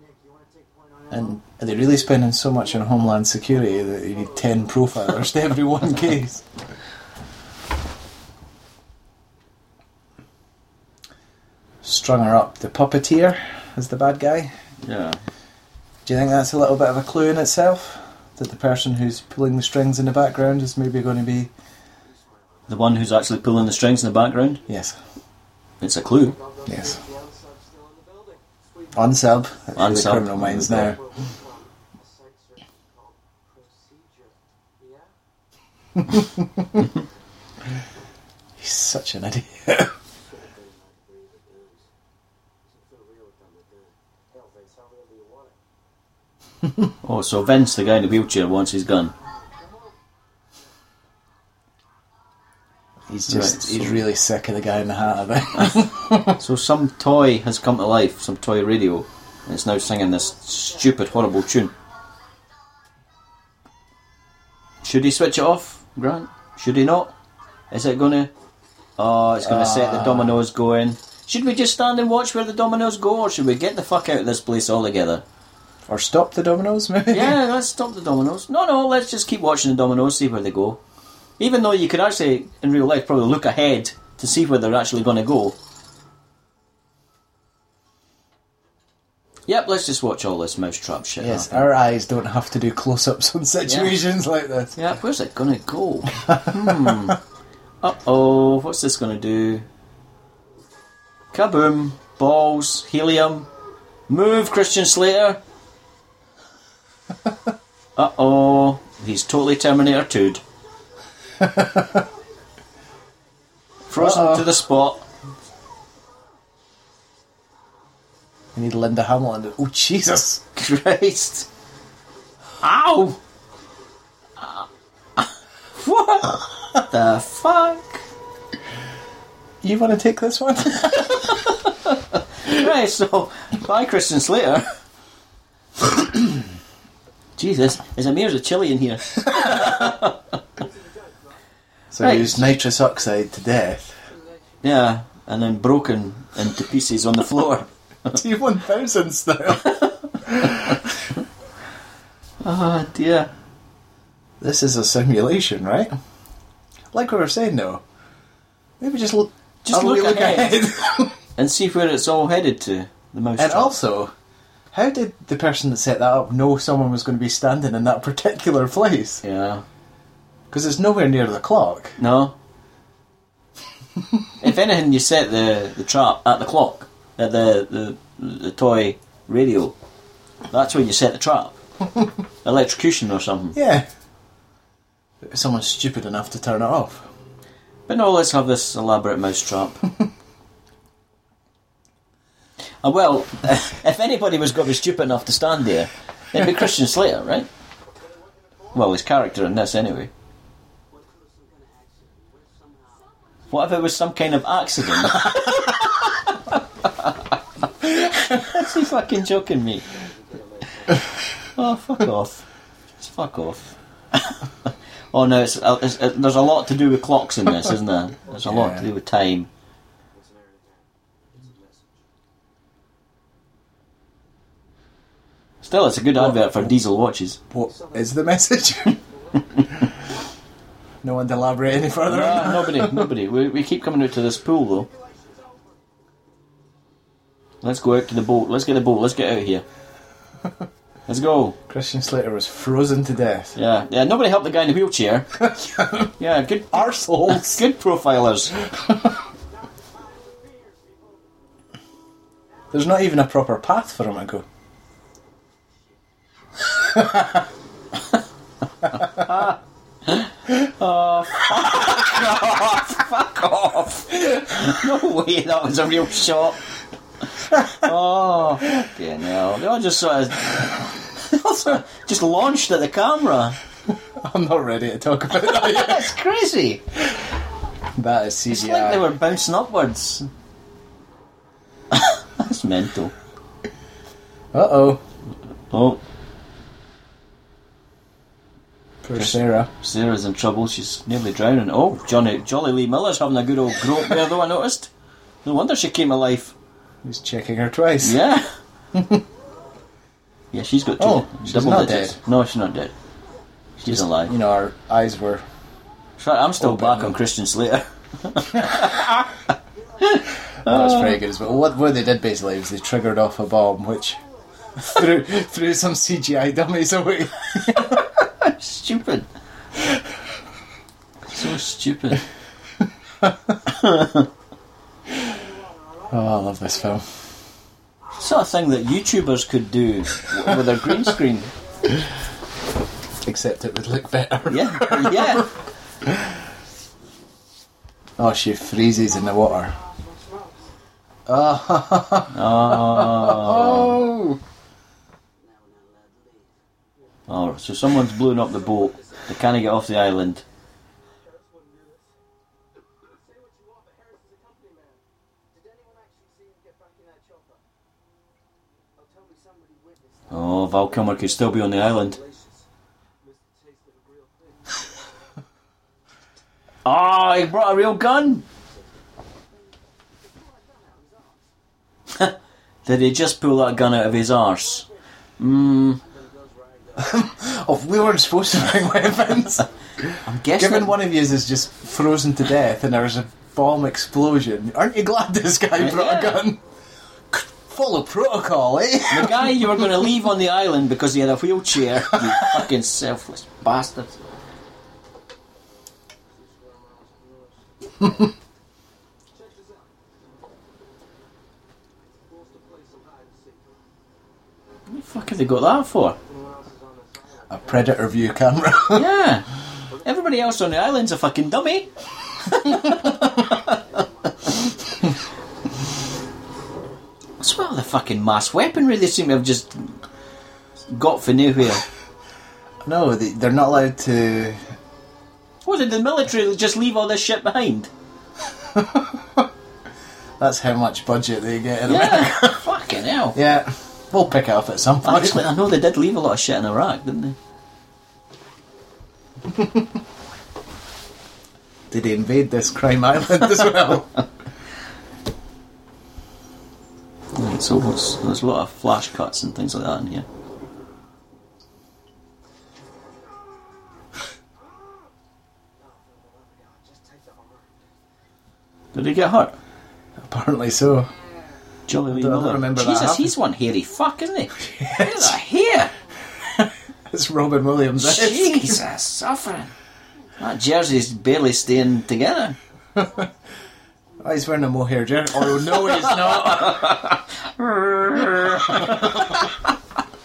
Nick, you want to take point on that? And are they really spending so much on Homeland Security that you need 10 profilers to every <laughs> one case? Strung her up. The puppeteer is the bad guy. Yeah. Do you think that's a little bit of a clue in itself? That the person who's pulling the strings in the background is maybe going to be. The one who's actually pulling the strings in the background, Yes. it's a clue. I'll go Yes. see if the unsub's still in the building. Sweet. Unsub. That's really Unsub. Criminal minds now. Well, we've done a site search called Procedure. Yeah? He's such an idiot. <laughs> Should have been like three with dudes. Doesn't feel real with them to do. Hell, Vince, how real do you want it? Oh, so Vince, the guy in the wheelchair, wants his gun. He's just. Right, he's so- really sick of the guy in the hat, I think. <laughs> So some toy has come to life, some toy radio, and it's now singing this stupid, horrible tune. Should he switch it off, Grant? Should he not? Is it gonna? Oh, it's gonna set the dominoes going. Should we just stand and watch where the dominoes go, or should we get the fuck out of this place altogether? Or stop the dominoes, maybe? <laughs> Yeah, let's stop the dominoes. No, no, let's just keep watching the dominoes, see where they go. Even though you could actually, in real life, probably look ahead to see where they're actually going to go. Yep, let's just watch all this mousetrap shit. Yes, happen. our eyes don't have to do close ups on situations like this. Yeah, where's it going to go? hmm. <laughs> Uh oh, what's this going to do? Kaboom! Balls, helium. Move, Christian Slater! uh oh, he's totally Terminator 2 Frozen Uh-oh. to the spot. <laughs> We need Linda Hamilton. to- Oh, Jesus! Christ! Ow! Ah. what the fuck? You want to take this one? <laughs> Right, so bye, Christian Slater. Jesus, there's a mirrors of chili in here. so Right. use nitrous oxide to <laughs> death. Yeah, and then broken into pieces on the floor. T1000 style. Oh dear. this is a simulation, right? Like we were saying, though. Maybe just look. Just only look ahead. <laughs> ahead. And see where it's all headed to. The mouse. and also, how did the person that set that up know someone was going to be standing in that <laughs> particular place? Yeah. Because it's nowhere near the clock. No. if anything, you set the, the trap at the clock, at the, the the toy radio. That's where you set the trap. Electrocution or something. Yeah. Someone's stupid enough to turn it off. But no, let's have this elaborate mousetrap. uh, well, <laughs> if anybody was going to be stupid enough to stand there, it'd be Christian Slater, right? Well, his character in this, anyway. What if it was some kind of accident? <laughs> Is he fucking joking me? oh, fuck off. Just fuck off. <laughs> oh, no, it's, uh, it's, uh, there's a lot to do with clocks in this, isn't there? There's a lot to do with time. Still, it's a good advert for diesel watches. What is the <laughs> message? no one to elaborate any further. on No, <laughs> that. nobody, nobody. We, we keep coming out to this pool though. Let's go out to the boat. Let's get the boat. Let's get out of here. Let's go. Christian Slater was frozen to death. Yeah, yeah. Nobody helped the guy in the <laughs> wheelchair. Yeah, good. Arseholes. Good profilers. <laughs> There's not even a proper path for him to go. Fuck off. No way. That was a real shot. Oh, fucking hell. They all just sort of <laughs> just launched at the camera. I'm not ready to talk about that <laughs> yet. That's crazy. <laughs> That is CGI. It's like they were bouncing upwards. <laughs> That's mental. Uh oh. Oh, Poor Sarah. Sarah's in trouble. She's nearly drowning. Oh, Johnny, Jolly Lee Miller's having a good old grope there, though, I noticed. No wonder she came alive. He's checking her twice. <laughs> Yeah. yeah, she's got two. Oh, she's double not digits. dead. No, she's not dead. She's alive. You know, oh, her eyes were. Sorry, I'm still open. back on Christian Slater. <laughs> That was pretty good as well. What, what they did basically was they triggered off a bomb which <laughs> threw, threw some CGI dummies away. stupid. so stupid. <laughs> Oh, I love this film. Sort of thing that YouTubers could do w- with their green screen. Except it would look better. Yeah, yeah. Oh, she freezes in the water. <laughs> Oh. Oh, so someone's blown up the boat. They can't get off the island. Harris wouldn't do this. Say what you want, but Harris is a company man. Did anyone actually see him get back in that chopper? Oh, tell me somebody witnessed that. Oh, Val Kilmer could still be on the island. Delicious. Missed the taste of a real thing. Ah, he brought a real gun. <laughs> Did he just pull that gun out of his arse? Hmm, Oh, we weren't supposed to bring <laughs> weapons. I'm guessing. Given one of you is just frozen to death and there's a bomb explosion, aren't you glad this guy Yeah. brought a gun? Follow protocol, eh? <laughs> the guy you were going to leave on the island because he had a wheelchair. You fucking selfless bastard. Check this out. Wants to play some hide and seek. What the fuck have they got that for? Anyone else is on this island? A predator view camera. <laughs> Yeah. Everybody else on the island's a fucking dummy. That's what the fucking mass weaponry they seem to have just got for nowhere. no, they, they're not allowed to. What did the military just leave all this shit behind? That's how much budget they get in America. Yeah, fucking hell. Yeah, we'll pick it up at some point. Actually, I know they did leave a lot of shit in Iraq, didn't they? Did they invade this crime island as <laughs> well? Right, so what's, there's a lot of flash cuts and things like that in here. Did he get hurt? Apparently so. Jolly Lee I don't Miller. remember that Jesus, happening. he's one hairy fuck, <laughs> isn't he? Look at that hair. It's Robin Williams. eh? Jesus, suffering. That jersey's barely staying together. Oh, he's wearing a mohair jacket. Oh no, he's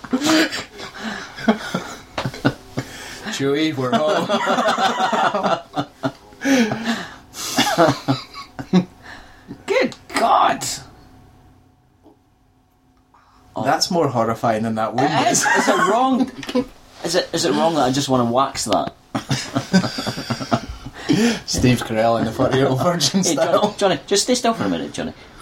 <laughs> not. Chewy, we're home. Good God. That's more horrifying than that wind It's, Oh. is. it's a wrong. Is it is it wrong that I just want to wax that? Steve Carell in the Furry <laughs> Little Virgin Hey, style. Johnny, Johnny, just stay still for a minute, Johnny. <laughs>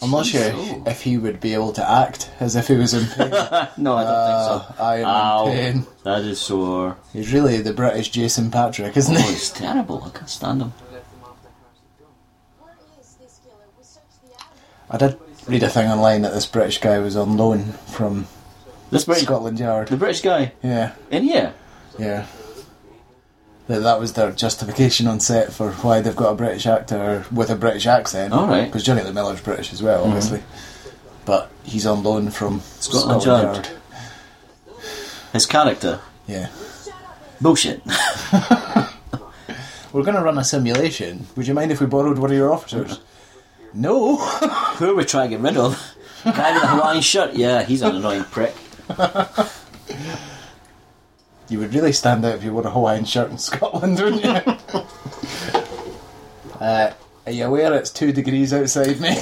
I'm not sure Jeez, oh. if he would be able to act as if he was in <laughs> pain. No, I don't Uh, think so. I am Ow, in pain. that is sore. He's really the British Jason Patrick, isn't Oh, he? it's terrible. I can't stand him. We left them off that house at dawn. Where is this killer? We searched the island. I did read a thing online that this British guy was on loan from This British, Scotland the Yard. British guy Yeah, in here. yeah. That, that was their justification on set for why they've got a British actor with a British accent. All right. Mm-hmm. Because Johnny Lee Miller's British as well, obviously. But he's on loan from Scotland Scotland, Yard. Yard. His character. Yeah. Shut up and Bullshit. <laughs> We're going to run a simulation. Would you mind if we borrowed one of your officers? <laughs> no. <laughs> Who are we trying to get rid of? Guy with the Hawaiian shirt. Yeah, he's an annoying prick. you would really stand out if you wore a Hawaiian shirt in Scotland, wouldn't you? <laughs> uh, are you aware it's two degrees outside me?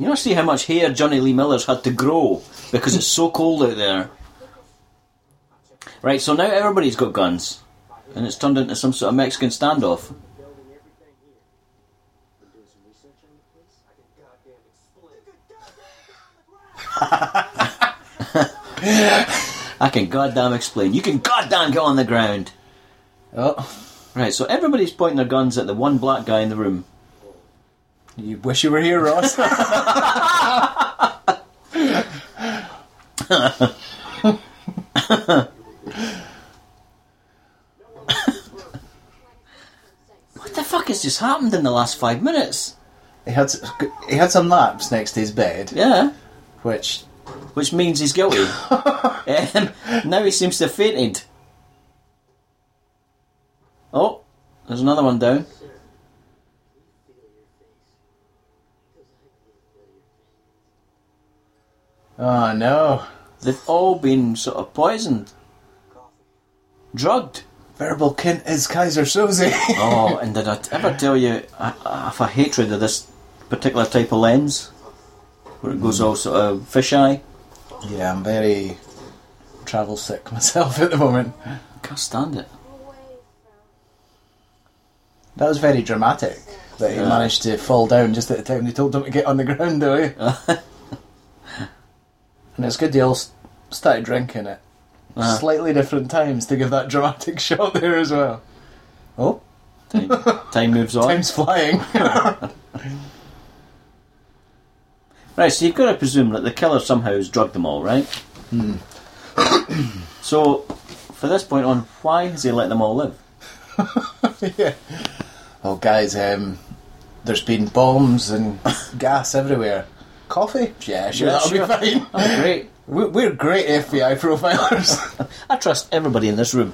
You know, see how much hair Johnny Lee Miller's had to grow because it's so cold out there. Right, so now everybody's got guns, and it's turned into some sort of Mexican standoff. <laughs> Building everything here. Been doing some research on the place? I can goddamn explain. I can goddamn explain. You can goddamn get on the ground. <laughs> oh, Right, so everybody's pointing their guns at the one black guy in the room. you wish you were here, <laughs> Ross. What the fuck has just happened in the last five minutes? he had s- he had some laps next to his bed, Yeah, which which means he's guilty. um, now he seems to have fainted. Oh, there's another one down. oh no, They've all been sort of poisoned, drugged. verbal Kint is Kaiser Soze. Oh, and did I t- ever tell you I, I have a hatred of this particular type of lens, where it goes all sort of fisheye. <laughs> yeah, I'm very travel sick myself at the moment. I can't stand it. away from That was very dramatic. That he Yeah. managed to fall down just at the time they told him to get on the ground, though. <laughs> eh? Uh-huh. and it's good they all s- started drinking it Uh-huh. slightly different times to give that dramatic <laughs> shot there as well. Oh, Time, time moves on. time's <laughs> flying. Right, so you've got to presume that the killer somehow has drugged them all, right? Hmm. <coughs> so, for this point on, why has he let them all live? yeah. <laughs> Well, guys, um, there's been bombs <laughs> and gas everywhere. Coffee? Yeah, sure, Yeah, that'll sure. be <laughs> fine. Oh, great. We- We're great FBI <laughs> profilers. I trust everybody in <laughs> this room.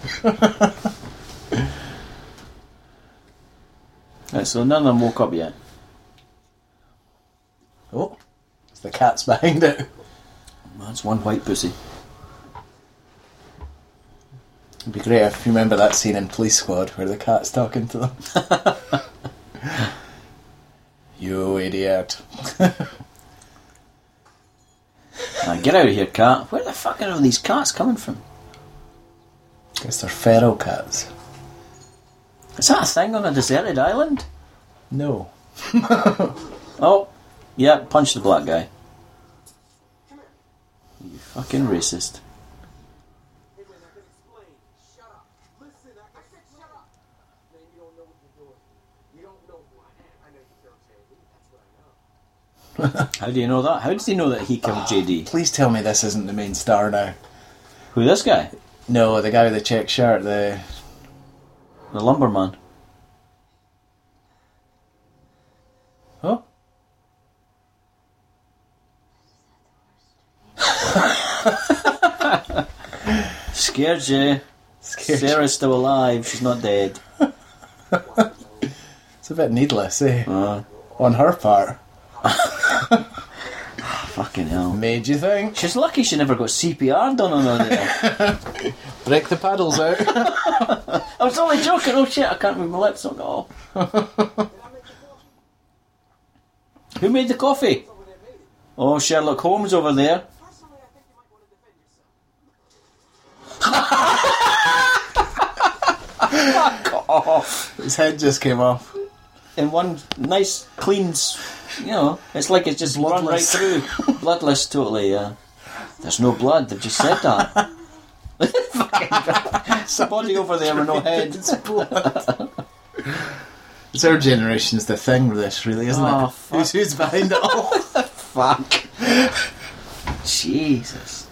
right, so none of them woke up yet. oh, it's the cat's behind it. That's one white pussy. It'd be great if you remember that scene in Police Squad where the cat's talking to them. <laughs> you idiot. Now get out of here, cat. Where the fuck are all these cats coming from? Guess they're feral cats. Is that a thing on a deserted island? No. Oh, yeah, punch the black guy. You fucking racist. Anyways, I can explain. Shut up. Listen, I can said shut up. Man, you don't know what you're doing. You don't know who I am. I know you killed JD. That's what I know. How do you know that? How does he know that he killed JD? Please tell me this isn't the main star now. Who, this guy? No, the guy with the check shirt, the The lumberman. Oh. Scared you. Scared. Sarah's still alive. She's not dead. It's a bit needless, eh? Uh, On her part. fucking hell. Made you think. She's lucky she never got CPR done on her there. Break the paddles out. I was only joking. Oh shit, I can't move my lips. Oh no. Who made the coffee? Oh, Sherlock Holmes over there. Personally, I think you might want to defend <laughs> yourself. His head just came off. in one nice clean s- you know it's like it's just run right Bloodless. through <laughs> bloodless totally yeah there's no blood they've just said that <laughs> Fucking <laughs> God. It's a body over there with no head It's blood. It's our generation's the thing with this, really, isn't Oh, it? fuck. <laughs> Who's, who's behind it <laughs> all? fuck Jesus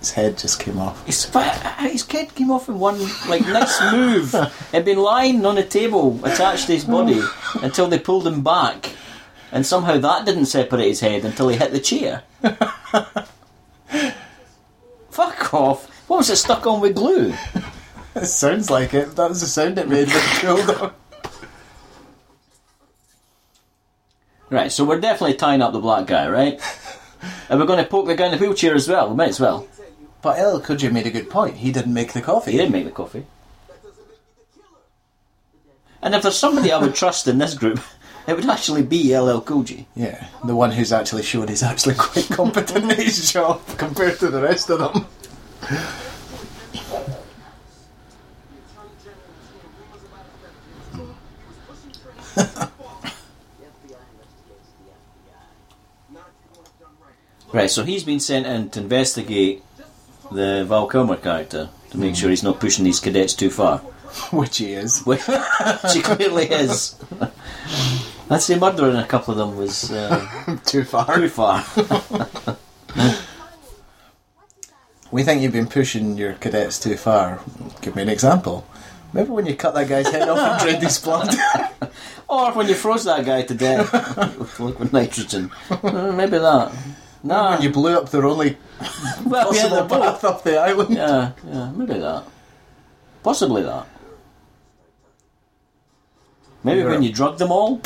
His head just came off. his, fa- uh, his head came off in one like nice move it'd been lying on a table attached to his body until they pulled him back and somehow that didn't separate his head until he hit the chair <laughs> fuck off what was it stuck on with glue It sounds like it. That was the sound it made when it killed him. right so we're definitely tying up the black guy right and we're going to poke the guy in the wheelchair as well we might as well But El Kuji made a good point. He didn't make the coffee. he didn't make the coffee and if there's somebody I would trust in this group <laughs> it would actually be LL Cool G Yeah, the one who's actually shown he's actually quite <laughs> competent at his job compared to the rest of them. <laughs> Right, so he's been sent in to investigate the Val Kilmer character to make sure he's not pushing these cadets too far. <laughs> Which he is. Which he clearly is. I'd say murdering a couple of them was uh, <laughs> Too too far. far. We think you've been pushing your cadets too far. Give me an example. Remember when you cut that guy's head off and drained <laughs> his blood? <laughs> Or when you froze that guy to death with liquid nitrogen. Mm, Maybe that. Nah, and you blew up their only well, Oh, yeah, possible they're both. path off the island? Yeah, yeah, maybe that. Possibly that. Maybe You're when a- you drug them all?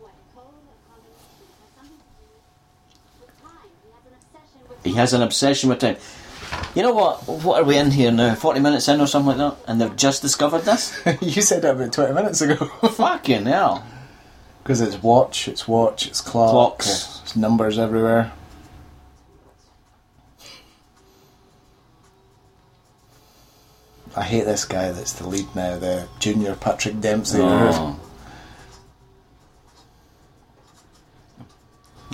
What, cold or condemnation has something to do with time. He has an obsession with He has an obsession with time. You know what? What are we in here now? Forty minutes in or something like that, and they've just discovered this. <laughs> you said that about 20 minutes ago. <laughs> Fucking hell! Because it's watch, it's watch, it's clock, Clocks. it's numbers everywhere. I hate this guy that's the lead now, the junior Patrick Dempsey. Oh.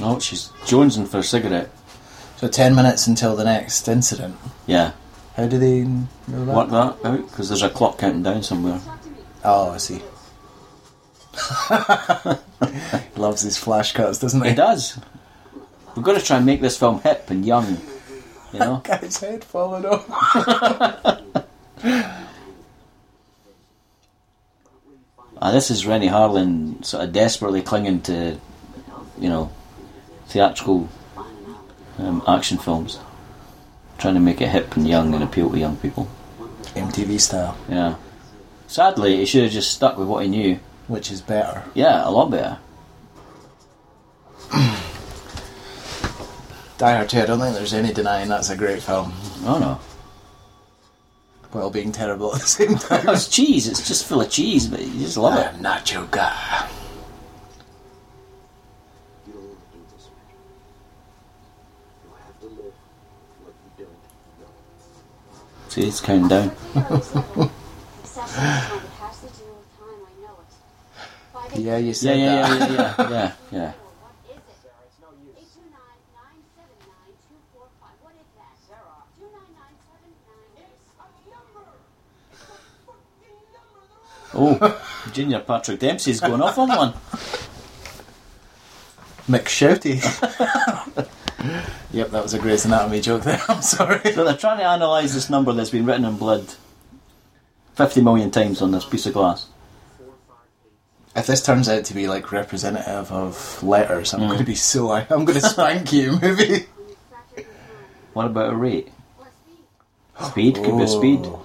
oh, she's jonesing for a cigarette. So 10 minutes until the next incident. Yeah, How do they know that? work that out because there's a clock counting down somewhere. Oh, I see. <laughs> Loves his flashcards, doesn't he? It does. We've got to try and make this film hip and young. You know, <laughs> Guy's head falling off. Ah, this is Rennie Harlan sort of desperately clinging to, you know, theatrical um, action films, trying to make it hip and young and appeal to young people. MTV style, Yeah. Sadly, he should have just stuck with what he knew. which is better. Yeah, a lot better. Die Hard 2, I don't think there's any denying that's a great film. Oh no. while being terrible at the same time. Oh, <laughs> it's cheese. It's just full of cheese, but you just love it. I'm not your guy. You don't want to do this, Major. You have to live what you don't know. See, it's counting uh, <laughs> down. obsession with time. It has to do with time. I know it. By the <laughs> Yeah, you Yeah, said yeah, that. yeah, yeah, yeah, yeah, yeah. What is it? Eight two nine nine seven nine two four five. What is that? Sarah. Two nine nine seven nine. Oh, Junior Patrick Dempsey's going off on one. <laughs> McShouty. yep, that was a Grey's Anatomy joke there. <laughs> I'm sorry. So they're trying to analyse this number that's been written in blood 50 million times on this piece of glass. If this turns out to be like representative of letters, I'm Mm. going to be so <laughs> I- I'm going to spank you, movie. Fractured in time. What about a rate? Or speed. Speed could be a speed. Oh.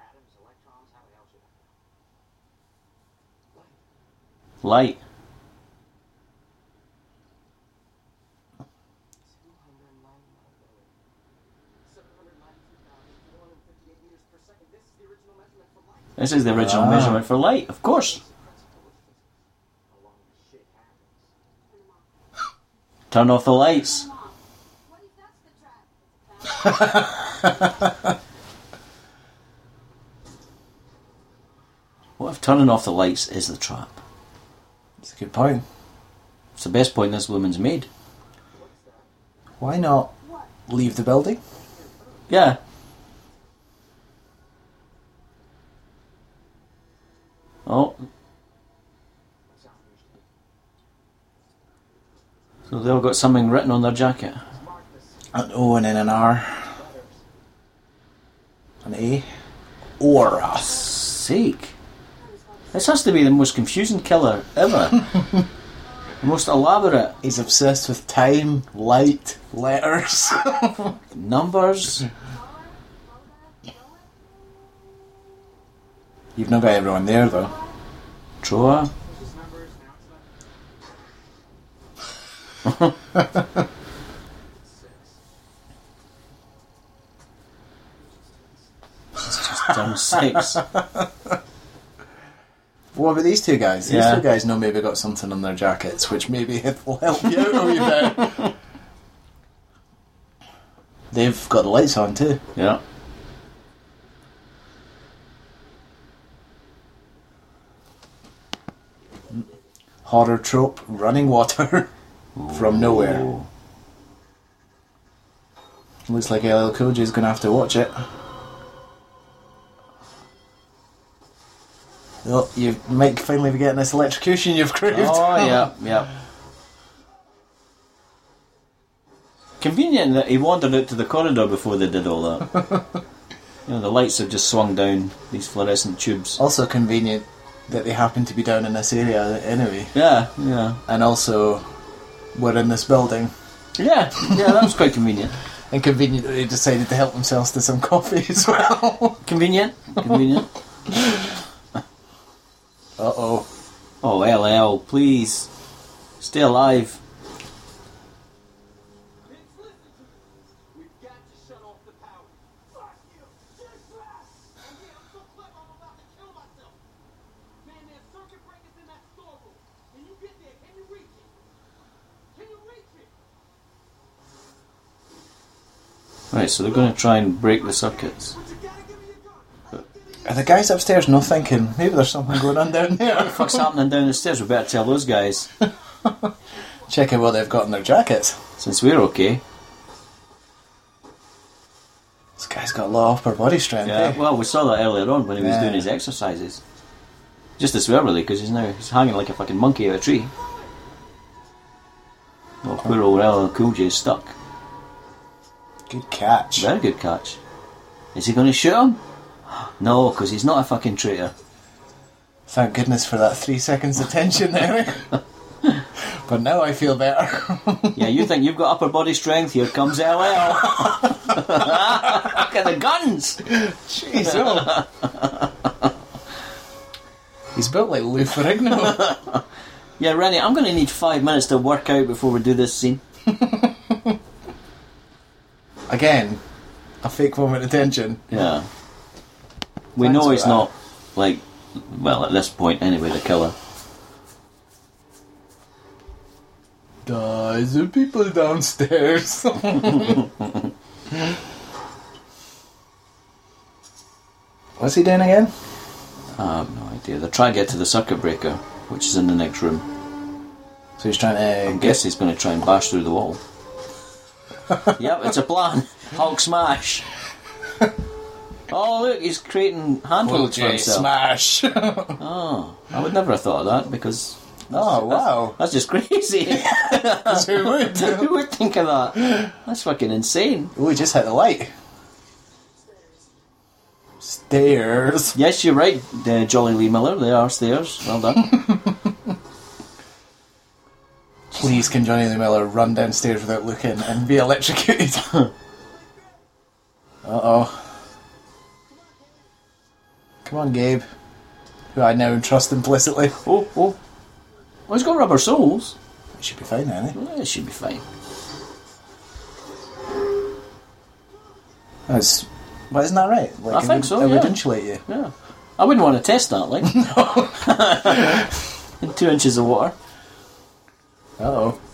Atoms, electrons, how else would it? Light. Seven hundred ninety-two thousand, four hundred fifty-eight meters per This is the original Ah. measurement for light, of course. Turn off the lights. What if that's the trap? What if turning off the lights is the trap? It's a good point. It's the best point this woman's made. Why not leave the building? Yeah. Oh. So they all got something written on their jacket. An O and then an R. An A. Or us. Sake. This has to be the most confusing killer <laughs> ever. the most elaborate. He's obsessed with time, light, letters. <laughs> Numbers. You've not got everyone there though. Troa. It's just done <laughs> six. What about these two guys? These Yeah. two guys know maybe got something on their jackets, which maybe <laughs> will help you out a wee bit. They've got the lights on too. Yeah. Horror trope: running water <laughs> from nowhere. Oh, Looks like LL Cool J's gonna have to watch it. Oh, you might finally be getting this electrocution you've <laughs> craved. Oh yeah, yeah. Convenient that he wandered out to the corridor before they did all that. <laughs> you know, the lights have just swung down these fluorescent tubes. Also convenient that they happen to be down in this area anyway, Yeah, yeah, and also we're in this building. yeah, yeah. That was quite convenient. And conveniently they decided to help themselves to some <laughs> coffee as well. <laughs> Convenient, <laughs> convenient. Uh oh. Oh, LL, please, stay alive. We've got to shut off the power. Fuck you! You're trash! And yeah, I'm so clever I'm about to kill myself. Man, there's circuit breakers in that storeroom. When you get there, can you reach it? Can you reach it? Right, so they're going to try and break the circuits. But you gotta give me your gun. Are the guys upstairs not thinking, maybe there's something going on down there? <laughs> What's happening down the stairs? We better tell those guys, Check out what they've got in their jackets. since we're okay. This guy's got a lot of upper body strength, Yeah, eh? well, we saw that earlier on when he was Yeah. doing his exercises. Just as well, really, because he's now he's hanging like a fucking monkey out of a tree. Oh, poor old LL Cool J is stuck. Good catch. Very good catch. Is he going to shoot him? <gasps> No, because he's not a fucking traitor. Thank goodness for that three seconds attention there. eh? <laughs> but now I feel better. <laughs> Yeah, you think you've got upper body strength? Here comes LL. <laughs> Look at the guns. Jeez, oh. <laughs> He's built like Lou Ferrigno. Yeah, Rennie, I'm going to need five minutes to work out before we do this scene. Again, a fake moment attention. Yeah. We Thanks know for he's that. not, like, well, at this point anyway, the killer. There's the people downstairs. <laughs> What's he doing again? I have no idea. They're trying to get to the circuit breaker, which is in the next room. So he's trying to. I guess he's going to try and bash through the <laughs> wall. yep, it's a plan. Hulk smash. Oh, look, he's creating Full handholds for J <laughs> himself. smash. oh Oh, I would never have thought of that because wow! that's <laughs> just crazy. Who would? <laughs> Who would think of that? That's fucking insane. Ooh, he just hit the light. Stairs. Yes, you're right, uh, Jolly Lee Miller. They are stairs. Well done. Please, can Johnny Lee Miller run downstairs without looking and be electrocuted? <laughs> uh oh. Come on, Gabe. Who I now trust implicitly. oh, oh. Well, he's got rubber soles. It should be fine, then. Eh? Yeah, it should be fine. That's But isn't that right? Like, I it think would- so, It would yeah. insulate you. Yeah. I wouldn't want to test that, <laughs> like. In two inches of water. Oh, <laughs>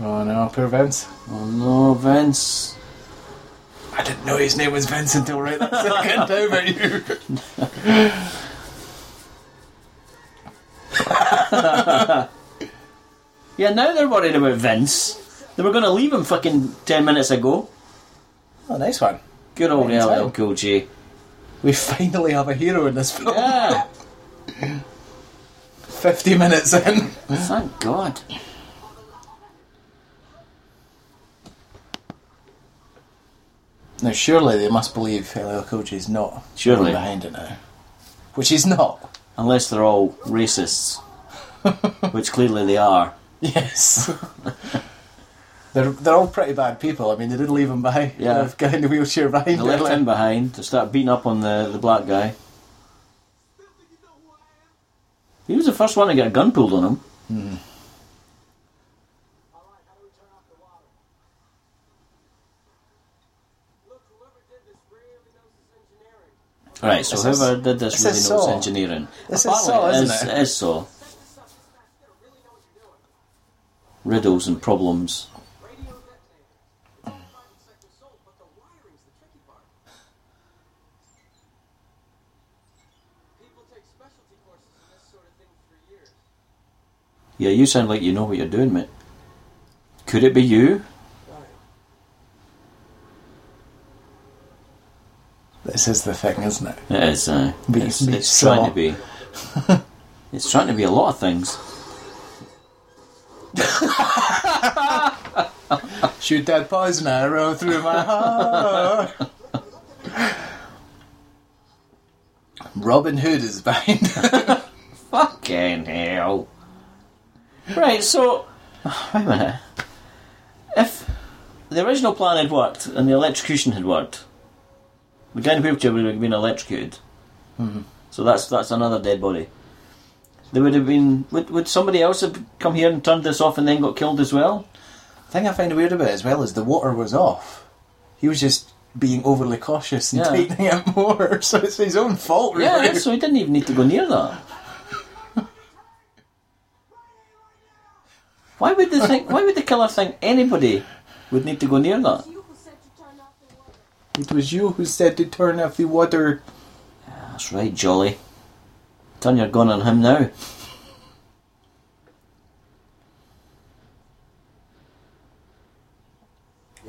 oh no, poor Vince. Oh no, Vince. I didn't know his name was Vince until right that second. <laughs> How about you? Yeah, now they're worried about Vince. They were going to leave him fucking 10 minutes ago. Oh, nice one. Good old Vince, LL eh? Cool J. We finally have a hero in this film. Yeah, <laughs> Fifty minutes in. thank God. Now, surely they must believe LL Cool J is not Surely. behind it now, which he's not. <laughs> Unless they're all racists, which clearly they are. Yes. <laughs> They're, they're all pretty bad people. I mean, they did leave him behind. Yeah. The guy in the wheelchair behind They him. left him behind to start beating up on the, the black guy. He was the first one to get a gun pulled on him. Alright, how do we turn off the water? Look, whoever did this really knows his engineering. Right, so This is- whoever did this, this really is knows Saw. engineering. This is Apparently Saw, it isn't is, it? it is Saw. Riddles and problems. Radio detonator. It's only five and six years old, but the wiring's the tricky part. People take specialty courses in this sort of thing for years. Yeah, you sound like you know what you're doing, mate. Could it be you? This is the thing, isn't it? It is. Uh, Be- it's be it's Saw. trying to <laughs> be. it's trying to be a lot of things. Shoot that poison arrow through <laughs> my heart. Robin Hood is behind. <laughs> Fucking hell. Right, so. <sighs> Wait a minute. If the original plan had worked and the electrocution had worked, the guy in the wheelchair would have been electrocuted. So that's that's another dead body. There would have been. Would, would somebody else have come here and turned this off and then got killed as well? the thing I find weird about it as well is the water was off. He was just being overly cautious and <laughs> Yeah. tightening it more, <laughs> so it's his own fault, really. Yeah, <laughs> so he didn't even need to go near that. Why would they think? Why would the killer think anybody would need to go near that? You who said to turn off the water. It was you who said to turn off the water. That's right, Jolly. Turn your gun on him now.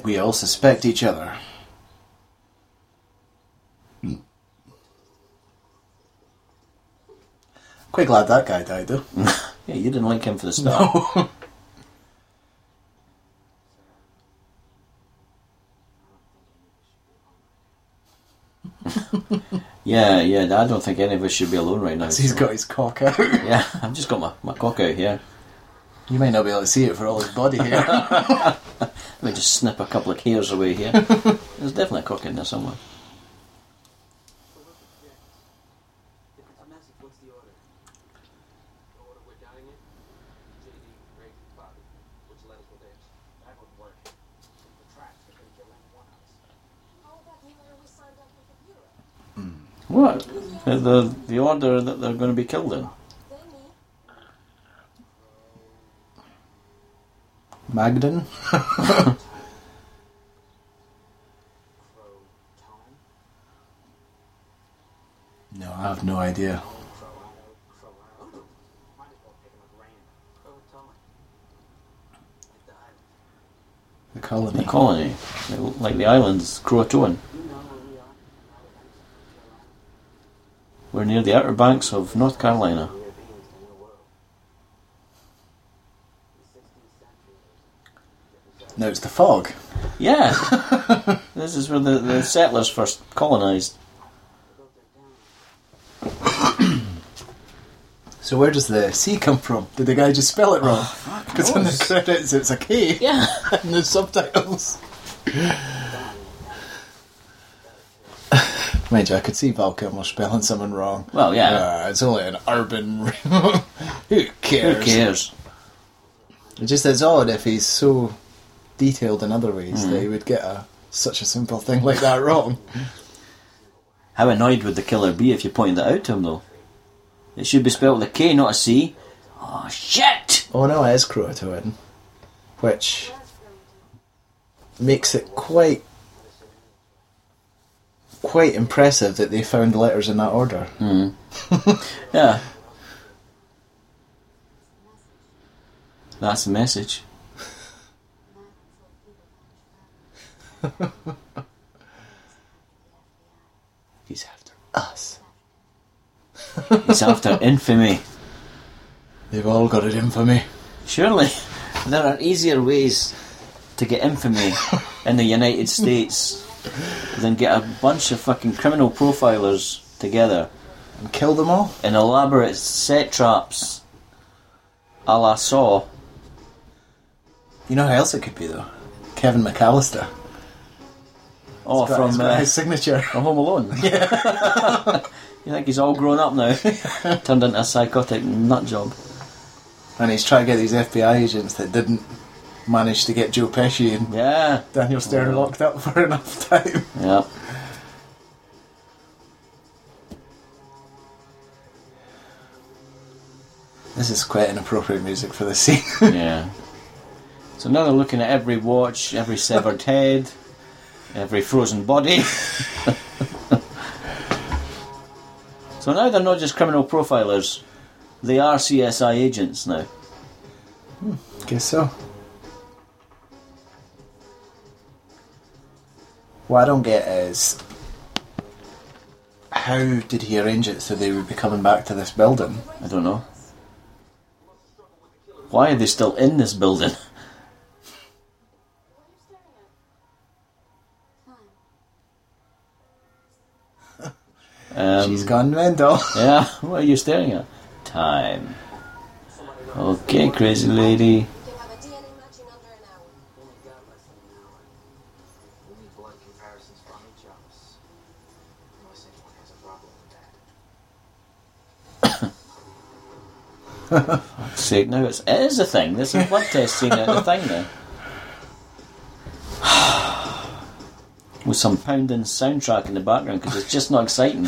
We all suspect each other. Hmm. Quite glad that guy died, <laughs> though. Yeah, you didn't like him for the start. Yeah, yeah, I don't think any of us should be alone right <laughs> now. He's got his cock out. <laughs> Yeah, <laughs> I've just got my, my cock out here. You may not be able to see it for all his body hair. <laughs> Let me just snip a couple of hairs away here. There's definitely a cock in there somewhere. If it's massive, what's the order? The order we're dining in? JD, Ray, Bobby. Which letters will they That would work. The traps are going to kill anyone else. How about the order we signed up with the bureau? What? The, the, the order that they're going to be killed in. They me. Magden? Crow, Tom, No, I have no idea. Crow, I know, Crow, I know. Might as well pick him up random. Crow, Tom. Like the island. The The colony. colony. They look Like the islands, Croatoan. You know where we are. I would like to kill him. We're near the outer banks of North Carolina. We're beings in the world. The 16th century no, it's the fog. Yeah! this is where the, the settlers first colonised. broke their down. So where does the C come from? Did the guy just spell it wrong? Because in the credits it's a K. Yeah! <laughs> In the subtitles. <laughs> Mind you, I could see Val Kilmer spelling someone wrong. Well, yeah. <laughs> Uh, it's only an urban. Who cares? Who cares? It just it's odd if he's so detailed in other ways that he would get a such a simple thing like that wrong. How annoyed would the killer be if you pointed that out to him, though? It should be spelled with a K, not a C. Oh, shit! <laughs> Oh no, it is Croatoan, which makes it quite quite impressive that they found letters in that order. Hmm. Yeah. That's the message. He's after us. It's after infamy. They've all got it in for me. Surely there are easier ways to get infamy in the United States than get a bunch of fucking criminal profilers together And kill them all. in elaborate set traps a la Saw. You know how else it could be though? Kevin McAllister. Oh, Got- he's from, got uh, his signature. from <laughs> Home Alone. <laughs> you think he's all grown up now? Turned into a psychotic nut job. And he's trying to get these FBI agents that didn't manage to get Joe Pesci and Yeah. Daniel Stern locked up <laughs> for enough time. Yeah. This is quite inappropriate music for the scene. Yeah. <laughs> So now they're looking at every watch, every severed head, every frozen body. <laughs> so now they're not just criminal profilers, they are CSI agents now. Guess so. What I don't get is how did he arrange it so they would be coming back to this building? I don't know. Why are they still in this building? What are Um, you staring at? Fine. She's gone mental. <laughs> Yeah, <laughs> what are you staring at? Time. Okay, crazy lady. You have a DNA match in under an hour. Only got less than an hour. We need blood comparisons from each of us. Unless anyone has a problem with that. Sake, now it's, it is a thing. There's a blood test scene at the thing now. <sighs> With some pounding soundtrack in the background because it's just not exciting.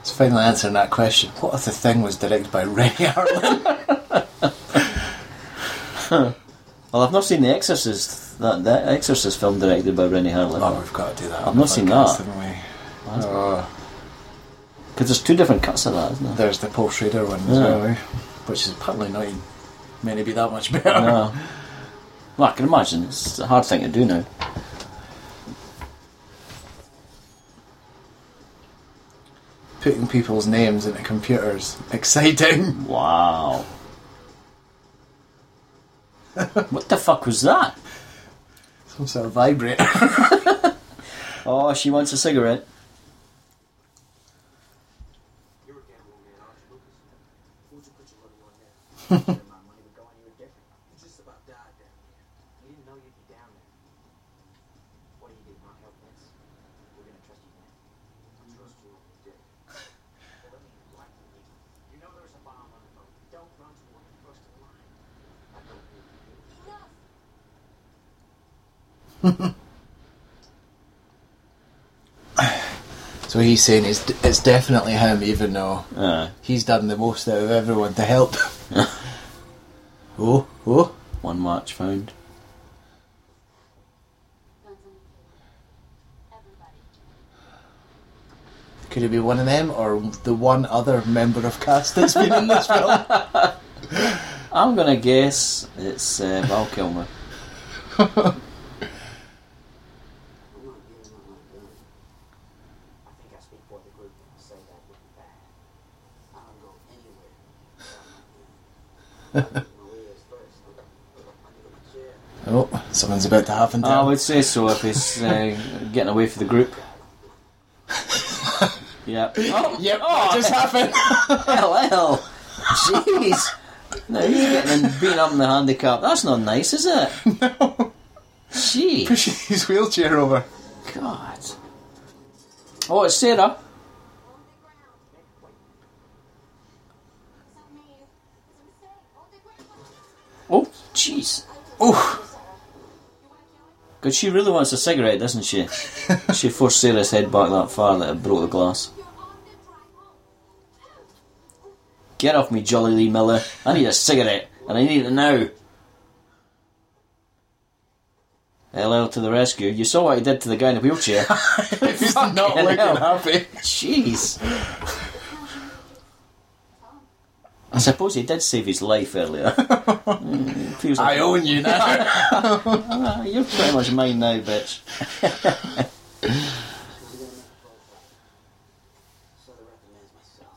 It's finally answering that question. What if the thing was directed by Rennie <laughs> Harlan? Well, I've not seen The Exorcist, that, that Exorcist film directed by Rennie oh, Harlan. we've got to do that. I've on the not seen podcast, that. haven't we? Oh, Because there's two different cuts of that, isn't there? there's the Paul Schrader one as Yeah. well, eh? which is apparently not even meant to be that much better. No. Well, I can imagine. It's a hard thing to do now. <laughs> Putting people's names into computers, exciting. <laughs> Wow. what the fuck was that? Some sort of vibrator. Oh, she wants a cigarette. You're a gambling man, aren't you, Lucas? Who'd you put your money on there? my money would go anywhere different. You just about died down here. We didn't know you'd be down there. What do you do, not help Vince? We're gonna trust you now. I trust you when you're dead. Well, let me like you. You know there's a bomb on the boat. Don't run to one across the line. I don't believe you. Enough! So he's saying it's, it's definitely him, even though Uh, he's done the most out of everyone to help. <laughs> oh, oh. one match found. Guns on the floor. Everybody. Could it be one of them or the one other member of cast that's been in this <laughs> film? I'm gonna guess it's uh, Val <laughs> Kilmer. I'm not giving up my gun. I think I speak for the group when I say that would be bad. I don't go anywhere <laughs> without my gun. I get my wheels first. I get my chair. Oh, someone's about to happen to I him. would say Oh, so if he's uh, getting away from the group. <laughs> yeah. Oh, Yep, Oh, that just happened. <laughs> hell, hell. Jeez. <laughs> No, he's getting beaten up in the handicap. That's not nice, is it? <laughs> no. Gee. Pushing his wheelchair over. God. Oh, it's Sarah. On the ground. It's on me. It's a mistake. On the ground. Oh, Jeez. Oof. Because she really wants a cigarette, doesn't she? she forced Sarah's head back that far that it broke the glass. Get off me, Jolly Lee Miller. I need a cigarette, and I need it now. LL to the rescue. You saw what he did to the guy in the wheelchair. He's not <laughs> Fucking looking hell. happy. Jeez. I suppose he did save his life earlier. <laughs> Mm, it feels like- I own you <laughs> now. Ah, You're pretty much mine now, bitch. So the recommends myself.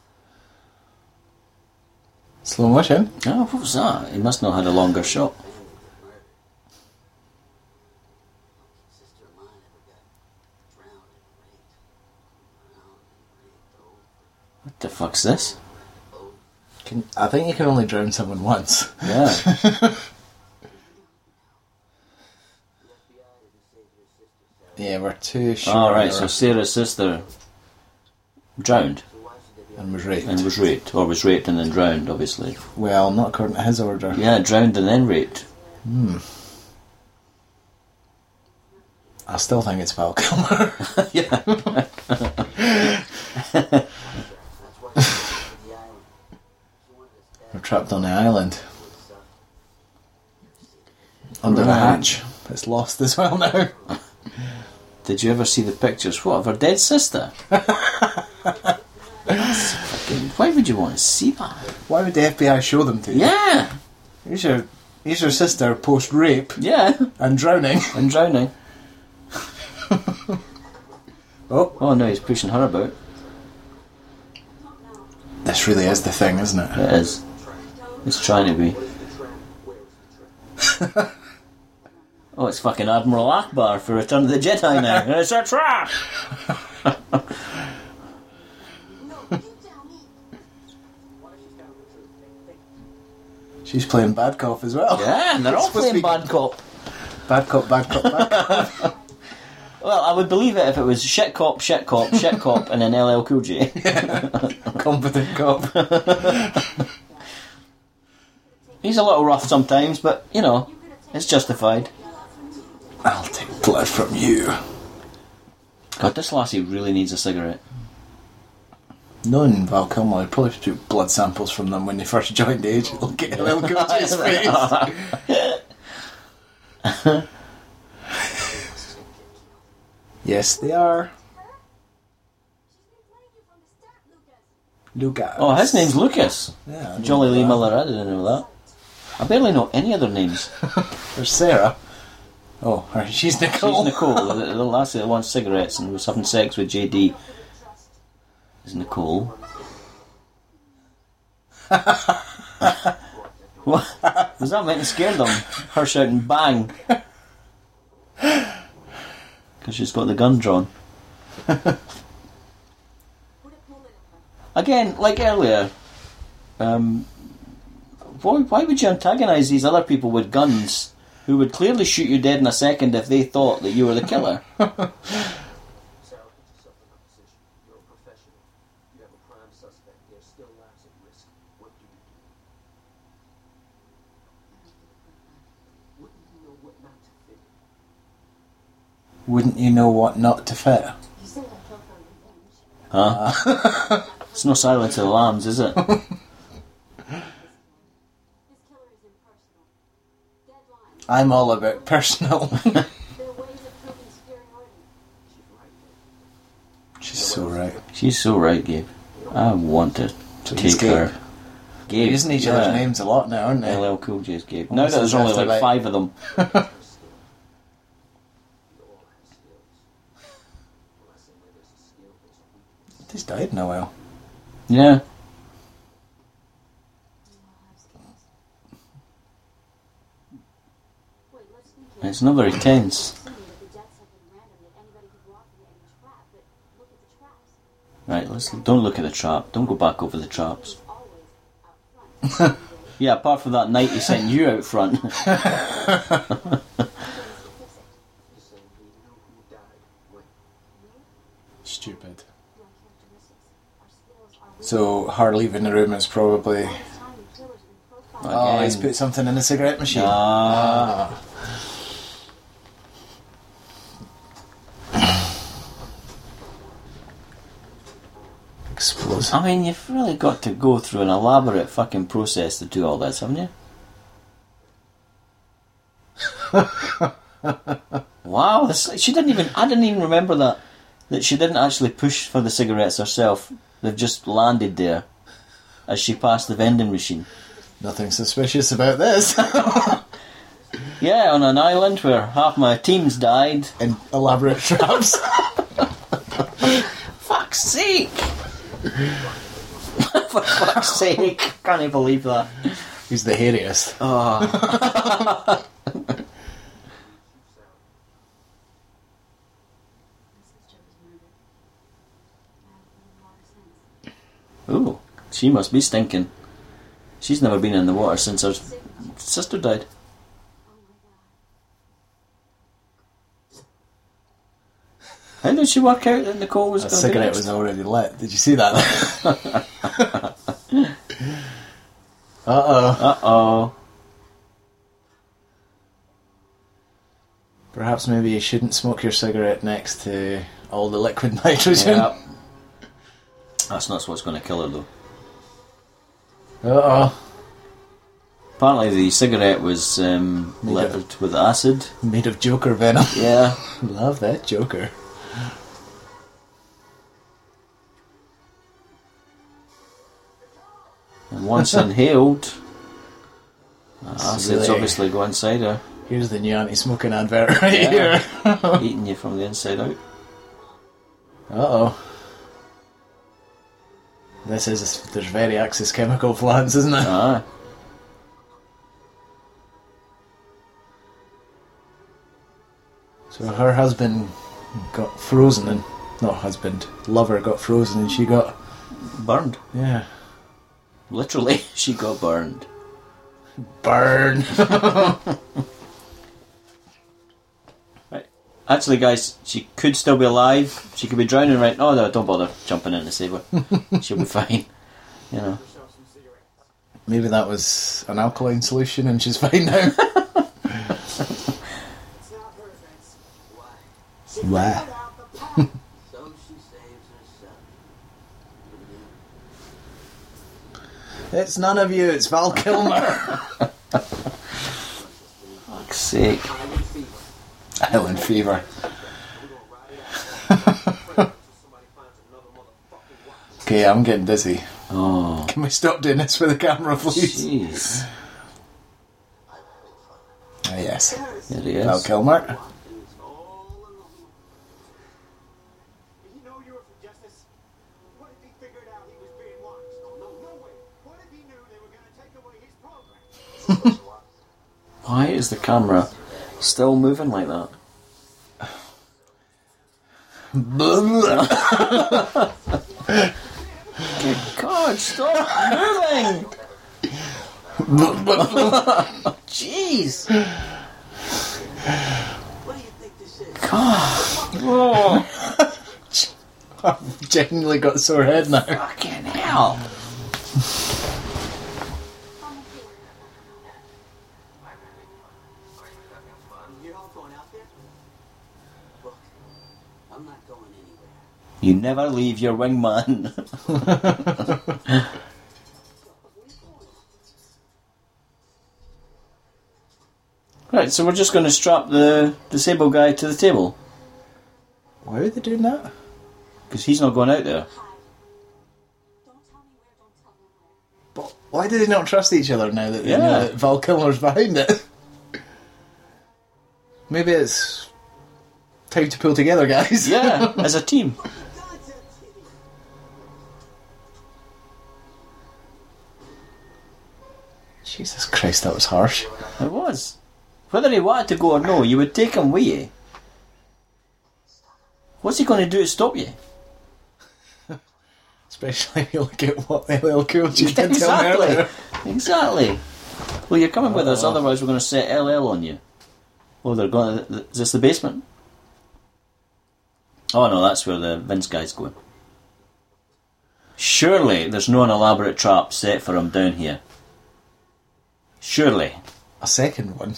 Slow motion. Oh, what was that? He must not have had a longer shot. Murder. Sister of mine ever got drowned and raped. Drowned and raped over What the fuck's this? and over. Can, I think you can only drown someone once. <laughs> Yeah. The FBI didn't save your sister, Sarah. <laughs> Yeah, we're too sure. All right. So Sarah's sister drowned So why should they be and was raped. and was raped, or was raped and then drowned, obviously. Well, not according to his order. Yeah, drowned and then raped. I still think it's Val <laughs> Kilmer. <laughs> yeah. That's why she went to the island. She wanted us We're dead trapped on the island with suffering. under the Right. hatch. It's lost as well now. Did you ever see the pictures? What of her dead <laughs> sister? That's fucking- Why would you want to see that? Why would the FBI show them to you? Yeah, Here's your, here's your sister post rape yeah, and drowning. and drowning. Oh, Oh no, he's pushing her about. this really is the thing, isn't it? It is. It's trying <laughs> to be. oh, it's fucking Admiral Akbar for Return of the <laughs> Jedi now. it's a trap. <laughs> She's playing bad cop as well. Yeah, and they're all It's supposed to playing be bad cop. Bad cop, bad cop, bad cop. <laughs> Well, I would believe it if it was shit cop, shit cop, shit cop, <laughs> and then LL Cool J. Competent cop. He's a little rough sometimes, but you know, it's justified. I'll take blood from you. God, this lassie really needs a cigarette. None, Val Kilmer. He probably took blood samples from them when they first joined the age. <laughs> Look at <laughs> Lil Coach's face. yes, they are. Lucas. Oh, his name's Lucas. yeah, I Jolly know Lee that. Miller, I didn't know that. I barely know any other names. There's Sarah. Oh, <laughs> her- she's Nicole. She's Nicole, the, the lassie that wants cigarettes and was having sex with JD. Is Nicole. what? Was that meant to scare them? Her shouting bang. Because she's got the gun drawn. Again, like earlier, um, why, why would you antagonise these other people with guns who would clearly shoot you dead in a second if they thought that you were the killer? <laughs> Sarah, put yourself in my position. You're a professional. You have a prime suspect. There's still lives at risk. What do you do? Wouldn't you know what not to think? Wouldn't you know what not to fit? Huh? it's no silence of the lambs, is <laughs> it? <laughs> I'm all about personal. <laughs> She's right there. she's so right. She's so right, Gabe. I want to So he's take Gabe. her. Gabe. We're using each other's yeah. names a lot now, aren't they? LL Cool J's Gabe. Oh, Now this that is there's only after, like- like five of them. Her skills. We all have skills. When I say where there's a skill, there's a weakness. <laughs> He's died in a while. <laughs> Yeah. It's not very tense. Right, let's don't look at the trap. Don't go back over the traps. <laughs> Yeah, apart from that night he sent you out front. You're saying we knew who died when. Stupid. So her leaving the room is probably <laughs> Oh, Again. he's put something in the cigarette machine. Ah, Ah. Explosion. I mean, you've really got to go through an elaborate fucking process to do all this, haven't you? wow, this, she didn't even. I didn't even remember that. That she didn't actually push for the cigarettes herself. They've just landed there as she passed the vending machine. Nothing suspicious about this. <laughs> Yeah, on an island where half my team's died. in elaborate traps. Fuck's sake! <laughs> For fuck's sake! Can't you believe that? He's the hairiest. My sister was murdered. I haven't been in water since. Ooh, she must be stinking. She's never been in the water since her sister died. Oh my god. How did she work out that Nicole was The going to cigarette was already lit. Did you see that? <laughs> uh oh. Uh <laughs> oh. Perhaps maybe you shouldn't smoke your cigarette next to all the liquid <laughs> nitrogen. Yeah. That's not what's going to kill her though. Uh oh. Apparently, the cigarette was um, Yeah. littered with acid. Made of Joker venom. <laughs> Yeah. Love that Joker. And <laughs> once inhaled, acids really- obviously go inside <laughs> her, Here's the new anti-smoking advert right Yeah. here. uh eating you from the inside out. oh. This is there's very Axis chemical plants, isn't it? Ah. So her husband got frozen and not husband, lover got frozen and she got Burned. yeah. Literally, <laughs> she got burned. Burn <laughs> Actually, guys, she could still be alive. She could be drowning right now. No, don't bother jumping in to save <laughs> her. She'll be fine. You know. Yourself some cigarettes. Maybe that was an alkaline solution and she's <laughs> fine now. It's not her offense. Why? Why? uh, So she saves herself. It's none of you, it's Val Kilmer. Fuck's sake. Island fever. Island fever. We're gonna ride it out. Pray until somebody finds another motherfucking watch. Okay, I'm getting dizzy. <laughs> Oh, Can we stop doing this for the camera, please? jeez. Ah, yes. There he Val is. Kilmer. It's all alone. Did he know you were for justice? What if he figured out he was being watched? No, no, no way. What if he knew they were going to take away <laughs> his program? Why is the camera still moving like that? Good God, stop moving! <laughs> Jeez! What do you think this is? Oh, I've <laughs> genuinely got sore head now. fucking hell! Come here. You're all going out there? Look, I'm not going anywhere. You never leave your wingman. <laughs> right, so we're just going to strap the disabled guy to the table Why are they doing that? because he's not going out there. Hide. Don't tell me where, don't tell me where. But why do they not trust each other now that they know Yeah. that Val Kilmer's behind it? <laughs> Maybe it's time to pull together, guys. Yeah, as a team. <laughs> Jesus Christ, that was harsh. It was. Whether he wanted to go or no, you would take him with you. What's he going to do to stop you? Especially <laughs> if you look at what the LL Cool <laughs> J did to him <laughs> exactly. earlier. Exactly. Well, you're coming with us, otherwise we're going to set LL on you. Oh, they're going. To, is this the basement? Oh no, that's where the Vince guy's going. Surely, there's no an elaborate trap set for him down here. Surely. A second one.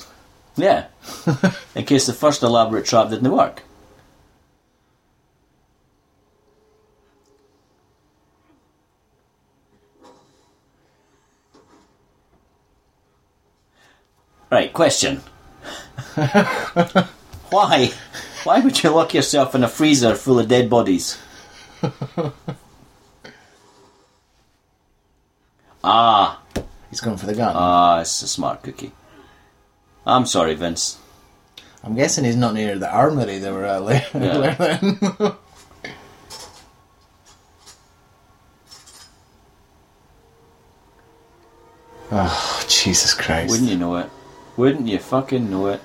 Yeah. In case the first elaborate trap didn't work. Right, question. Why? Why would you lock yourself in a freezer full of dead bodies? ah, He's going for the gun. ah, it's a smart cookie. I'm sorry, Vince. I'm guessing he's not near the armory they were at later. Yeah. then. <laughs> oh, Jesus Christ. Wouldn't you know it? Wouldn't you fucking know it?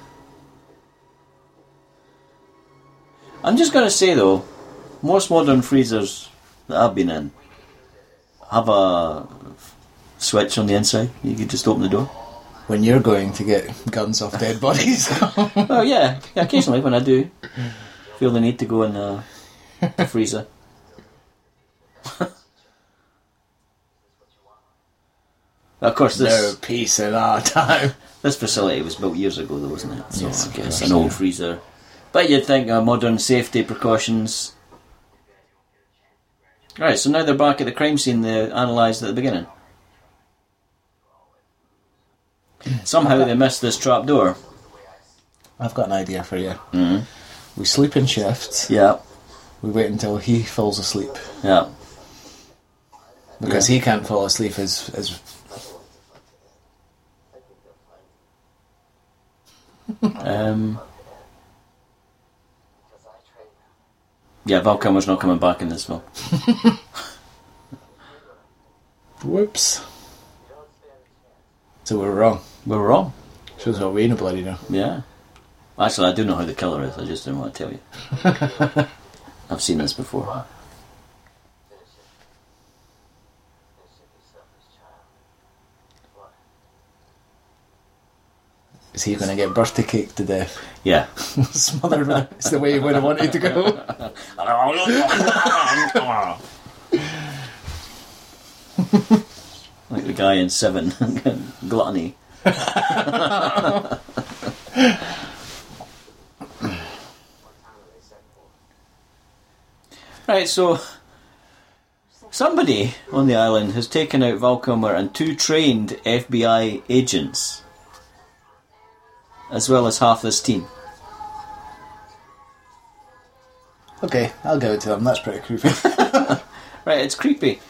I'm just gonna say though, most modern freezers that I've been in have a switch on the inside. You could just open the door. When you're going to get guns off dead <laughs> bodies. Oh yeah, yeah. Occasionally when I do feel the need to go in the, the freezer. of course, <laughs> this no peace in our time. This facility was built years ago, though, wasn't it? So Yes, I of guess course, an old yeah. freezer. But you'd think uh, modern safety precautions. Right, so now they're back at the crime scene they analysed at the beginning. Somehow they missed this trap door. I've got an idea for you. Mm. Mm-hmm. We sleep in shifts. Yeah, We wait until he falls asleep yeah. because he can't fall asleep as as Um, yeah, Val Kilmer's not coming back in this film. whoops. So we're wrong. We're wrong. Shows what we know bloody know. Yeah. Actually, I do know who the killer is. I just didn't want to tell you. I've seen this before. Is he going to get birthday cake to <laughs> death? Yeah. Smothered. with- It's the way he would have wanted to <laughs> go. like the guy in Seven, <laughs> Gluttony. <laughs> right, so somebody on the island has taken out Valcomer and two trained FBI agents, as well as half this team. Okay, I'll give it to them. That's pretty creepy. Right, it's creepy,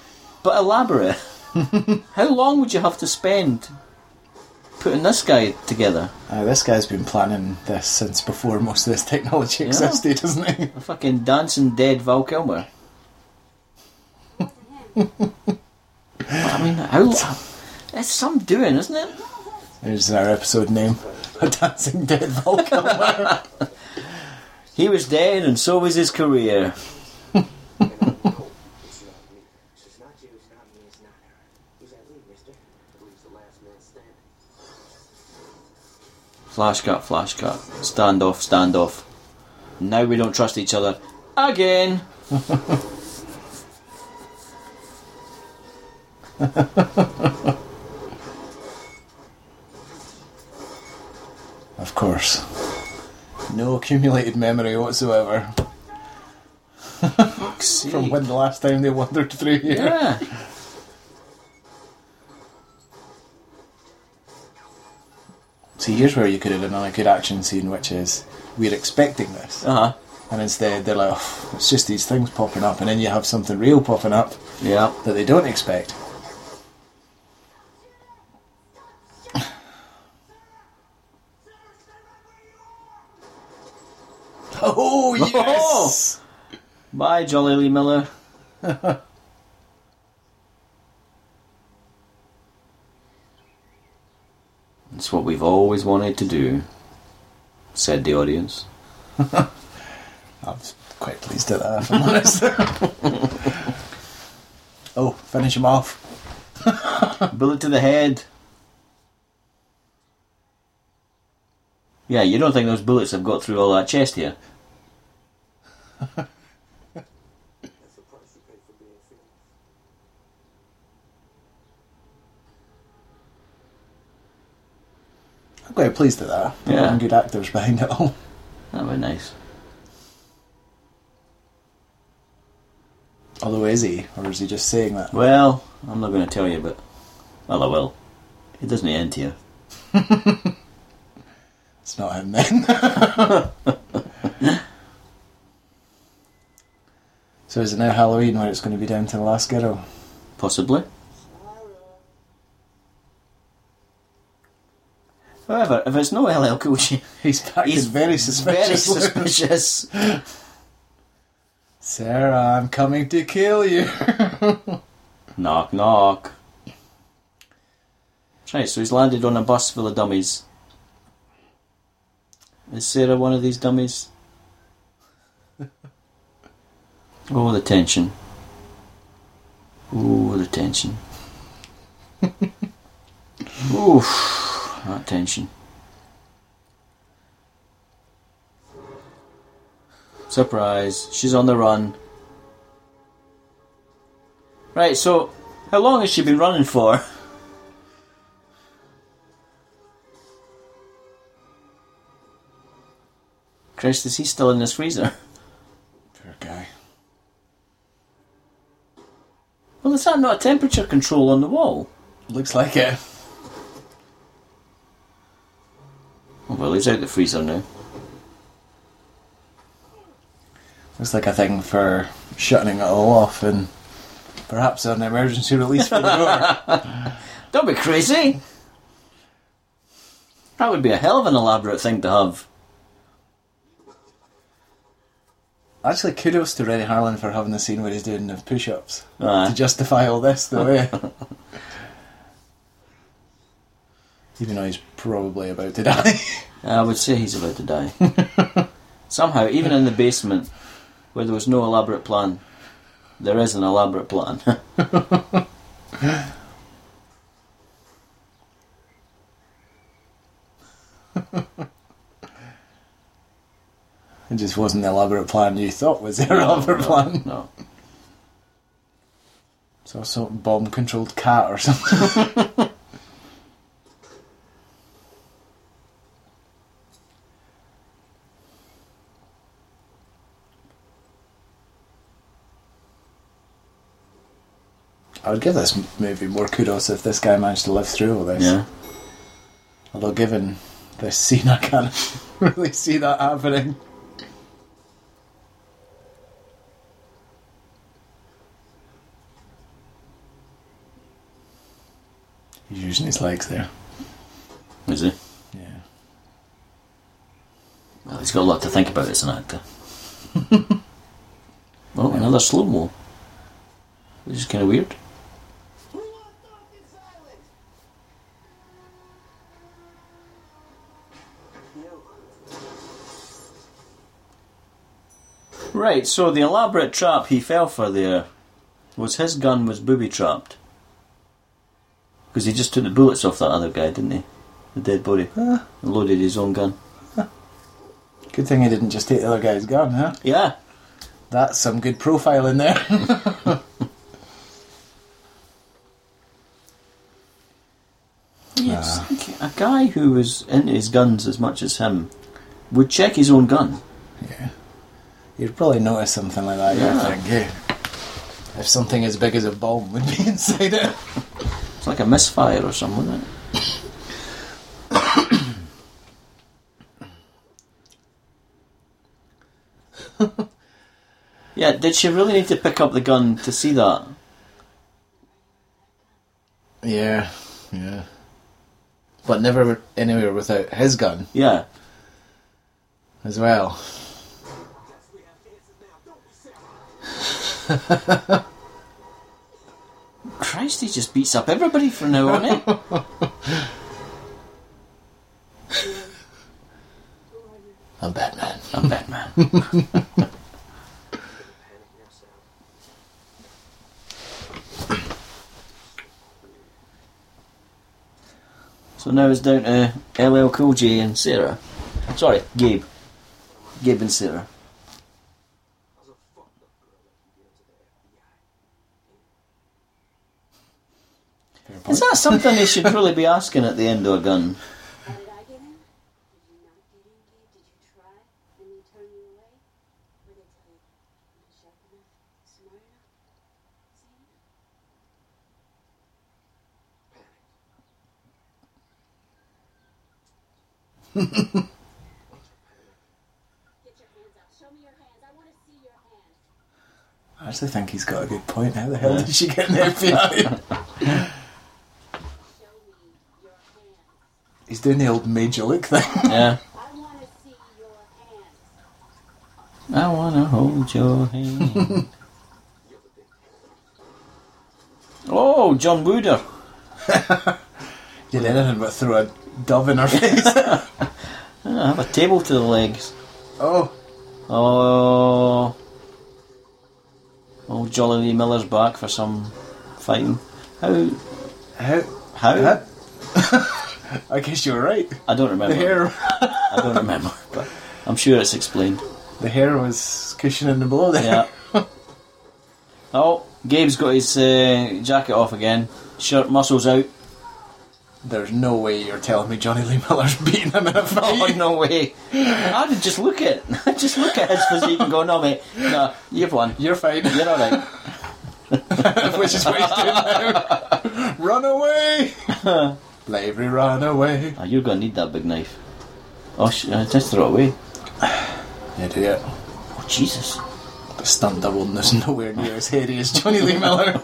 <laughs> but elaborate. How long would you have to spend putting this guy together? Uh, this guy's been planning this since before most of this technology Yeah. existed, hasn't he? A fucking dancing dead Val Kilmer. I mean, how? lo- It's some doing, isn't it? There's our episode name. <laughs> A dancing dead <laughs> volcano. He was dead, and so was his career. It's not me. It's not you. It's not me. It's not her. Who's that lead, mister? I believe it's the last man standing. Flash cut, flash cut. Stand off, stand off. Now we don't trust each other again. of course. No accumulated memory whatsoever from when the last time they wandered through here. <laughs> Yeah. See, here's where you could have done another good action scene, which is we're expecting this, Uh huh. and instead they're like, "Oh, it's just these things popping up, and then you have something real popping up Yeah. that they don't expect. <laughs> Oh yes! Bye, Jolly Lee Miller. it's what we've always wanted to do, said the audience. I was quite pleased at that, if I'm honest. <laughs> oh, finish him off. Bullet to the head. Yeah, you don't think those bullets have got through all that chest here? That's the price you pay for being fearless. I'm quite pleased at that. There Yeah. were good actors behind it all. That would be nice. Although, is he? Or is he just saying that? Well, I'm not going to tell you, but well, I will. It doesn't end here. It's not him then. <laughs> so is it now Halloween where it's going to be down to the last girl? Possibly. However, if it's no LL Cool J, He's back he's very <laughs> very suspicious. suspicious. <laughs> Sarah, I'm coming to kill you. knock, knock. Right, so he's landed on a bus full of dummies. Is Sarah one of these dummies? Oh, the tension. Oh, the tension. Oof, that tension. Surprise, she's on the run. Right, so how long has she been running for? <laughs> Christ, is he still in this freezer? Poor guy. Well, is that not a temperature control on the wall? Looks like it. Oh, well, he's out the freezer now. Looks like a thing for shutting it all off and perhaps an emergency release for the <laughs> door. Don't be crazy! That would be a hell of an elaborate thing to have. Actually, kudos to Rennie Harlan for having the scene where he's doing the push-ups Aye. to justify all this, though. <laughs> eh? Even though he's probably about to die. <laughs> I would say he's about to die. <laughs> Somehow, even in the basement, where there was no elaborate plan, there is an elaborate plan. <laughs> it just wasn't the elaborate plan you thought was the elaborate plan. No. So some bomb-controlled cat or something. <laughs> I would give this m- movie more kudos if this guy managed to live through all this. Yeah. Although, given this scene, I can't <laughs> really see that happening. He's using his legs there. Is he? Yeah. Well, he's got a lot to think about as an actor. <laughs> oh, another slow mo. Which is kind of weird. Right, so the elaborate trap he fell for there was his gun was booby trapped. Because he just took the bullets off that other guy, didn't he? The dead body. Ah, And loaded his own gun. Good thing he didn't just take the other guy's gun, huh? Yeah. That's some good profile in there. <laughs> Yeah, just think a guy who was into his guns as much as him would check his own gun. You'd probably notice something like that, Yeah. yeah. I think, yeah. If something as big as a bomb would be <laughs> inside it. It's like a misfire or something, isn't it? <coughs> yeah, did she really need to pick up the gun to see that? Yeah, yeah. But never anywhere without his gun Yeah. as well. Christ, he just beats up everybody from now on, eh? I'm Batman. I'm Batman. <laughs> Panic now, Sarah. So now it's down to LL Cool J and Sarah. Sorry, Gabe. Gabe and Sarah. I was a fucked up girl that you give to the FBI. Is that something they should really be asking at the end of a gun? How did I get Get your hands up. Show me your hands. I want to see your hands. I actually think he's got a good point. How the hell did she get an FBI? Show me your hands. he's doing the old major look thing. Yeah. I want to see your hands. I wanna hold your hand. <laughs> oh, John Wooder. <laughs> Did anything but throw a dove in her face. I have a table to the legs. oh, Oh, old Jolly Lee Miller's back for some fighting. How? how? How? <laughs> I guess you were right. I don't The remember. hair, I don't remember, <laughs> but I'm sure it's explained. the hair was cushioning the blow there. <laughs> Yeah. Oh, Gabe's got his uh, jacket off again. Shirt muscles out. <laughs> There's no way you're telling me Johnny Lee Miller's <laughs> beating him in a <laughs> Oh fight. no way! I would just look at, <laughs> I'd just look at his physique and go, no mate, no, you've won. You're fine. You're all right. <laughs> Which is what he's doing now. run away! Slavery, run away. Oh, you're gonna need that big knife. Oh, sh- I just throw it away. Idiot. Oh Jesus! The stunt double is nowhere near as hairy as Johnny Lee Miller.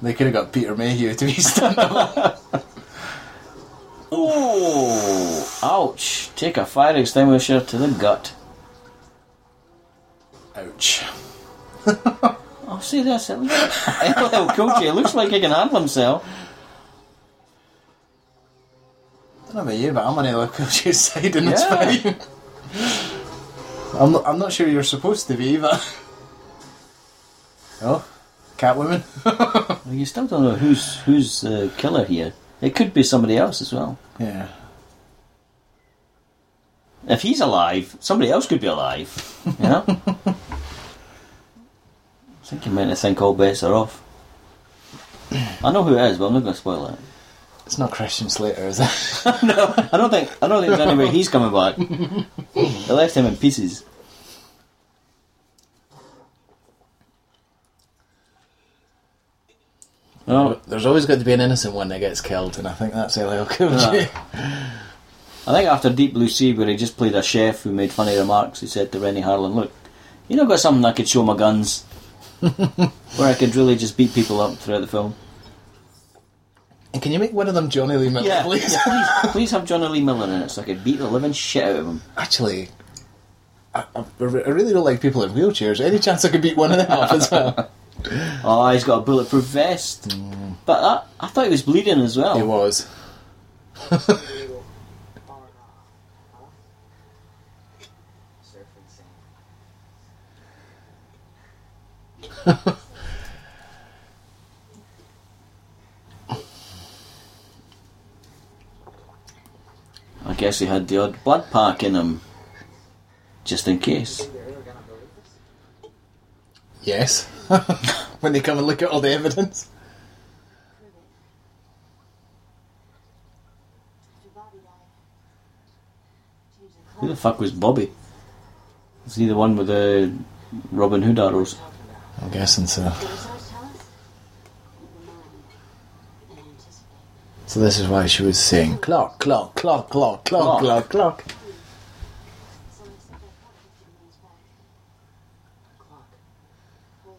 they could have got Peter Mayhew to be stunt double. Oh, ouch! Take a fire extinguisher to the gut. Ouch. Oh, see that's it. <laughs> LL Cool J looks like he can handle himself. I don't know about you, but I'm on LL Cool J's <laughs> side in this Yeah. fight. I'm not, I'm not sure you're supposed to be, but. <laughs> Oh, Catwoman? Well, You still don't know who's who's the killer here. It could be somebody else as well. yeah. If he's alive, somebody else could be alive. You know. I think you're meant to think all bets are off. I know who it is, but I'm not going to spoil it. It's not Christian Slater, is it? <laughs> I don't think I don't think there's any way he's coming back. they left him in pieces. No, There's always got to be an innocent one that gets killed, and I think that's LL Cool J. I think after Deep Blue Sea, where he just played a chef who made funny remarks, he said to Rennie Harlan, "Look, you know, I've got something I could show my guns, where I could really just beat people up throughout the film." And can you make one of them Johnny Lee Miller, Yeah, please? yeah, please, please have Johnny Lee Miller in it so I could beat the living shit out of him. Actually, I, I, I really don't like people in wheelchairs. Any chance I could beat one of them up as <laughs> well? Oh, he's got a bulletproof vest, but that, I thought he was bleeding as well. He was. <laughs> Illegal. Or not. Huh? Surfing sand. I guess he had the odd blood pack in him, just in case. Think they're ever gonna believe us? Yes. <laughs> when they come and look at all the evidence. Prove it. After Bobby died, change the Who the clothes. fuck was Bobby? Is he the one with the Robin Hood arrows? I'm guessing so. Did Assange tell us? Never mind. And anticipate. So this is why she was saying clock, clock, clock, clock, clock, clock, Clock. clock. So let's set that clock a few minutes back. Clock. Oh yeah.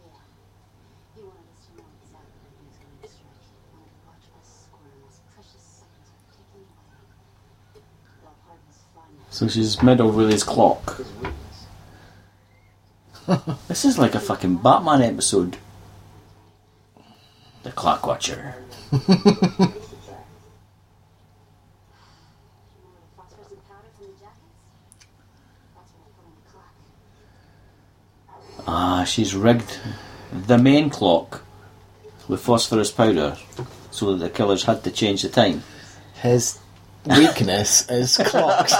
He wanted us to know exactly when he was going to strike. He wanted to watch us squirm those precious seconds were ticking away. The part was fun. So she's meddled with his clock. this is like a fucking Batman episode. The Clock Watcher. You know the phosphorus and powder from the jackets? That's what I put on the clock. Ah, she's rigged the main clock with phosphorus powder so that the killers had to change the time. His weakness is <laughs> clocks.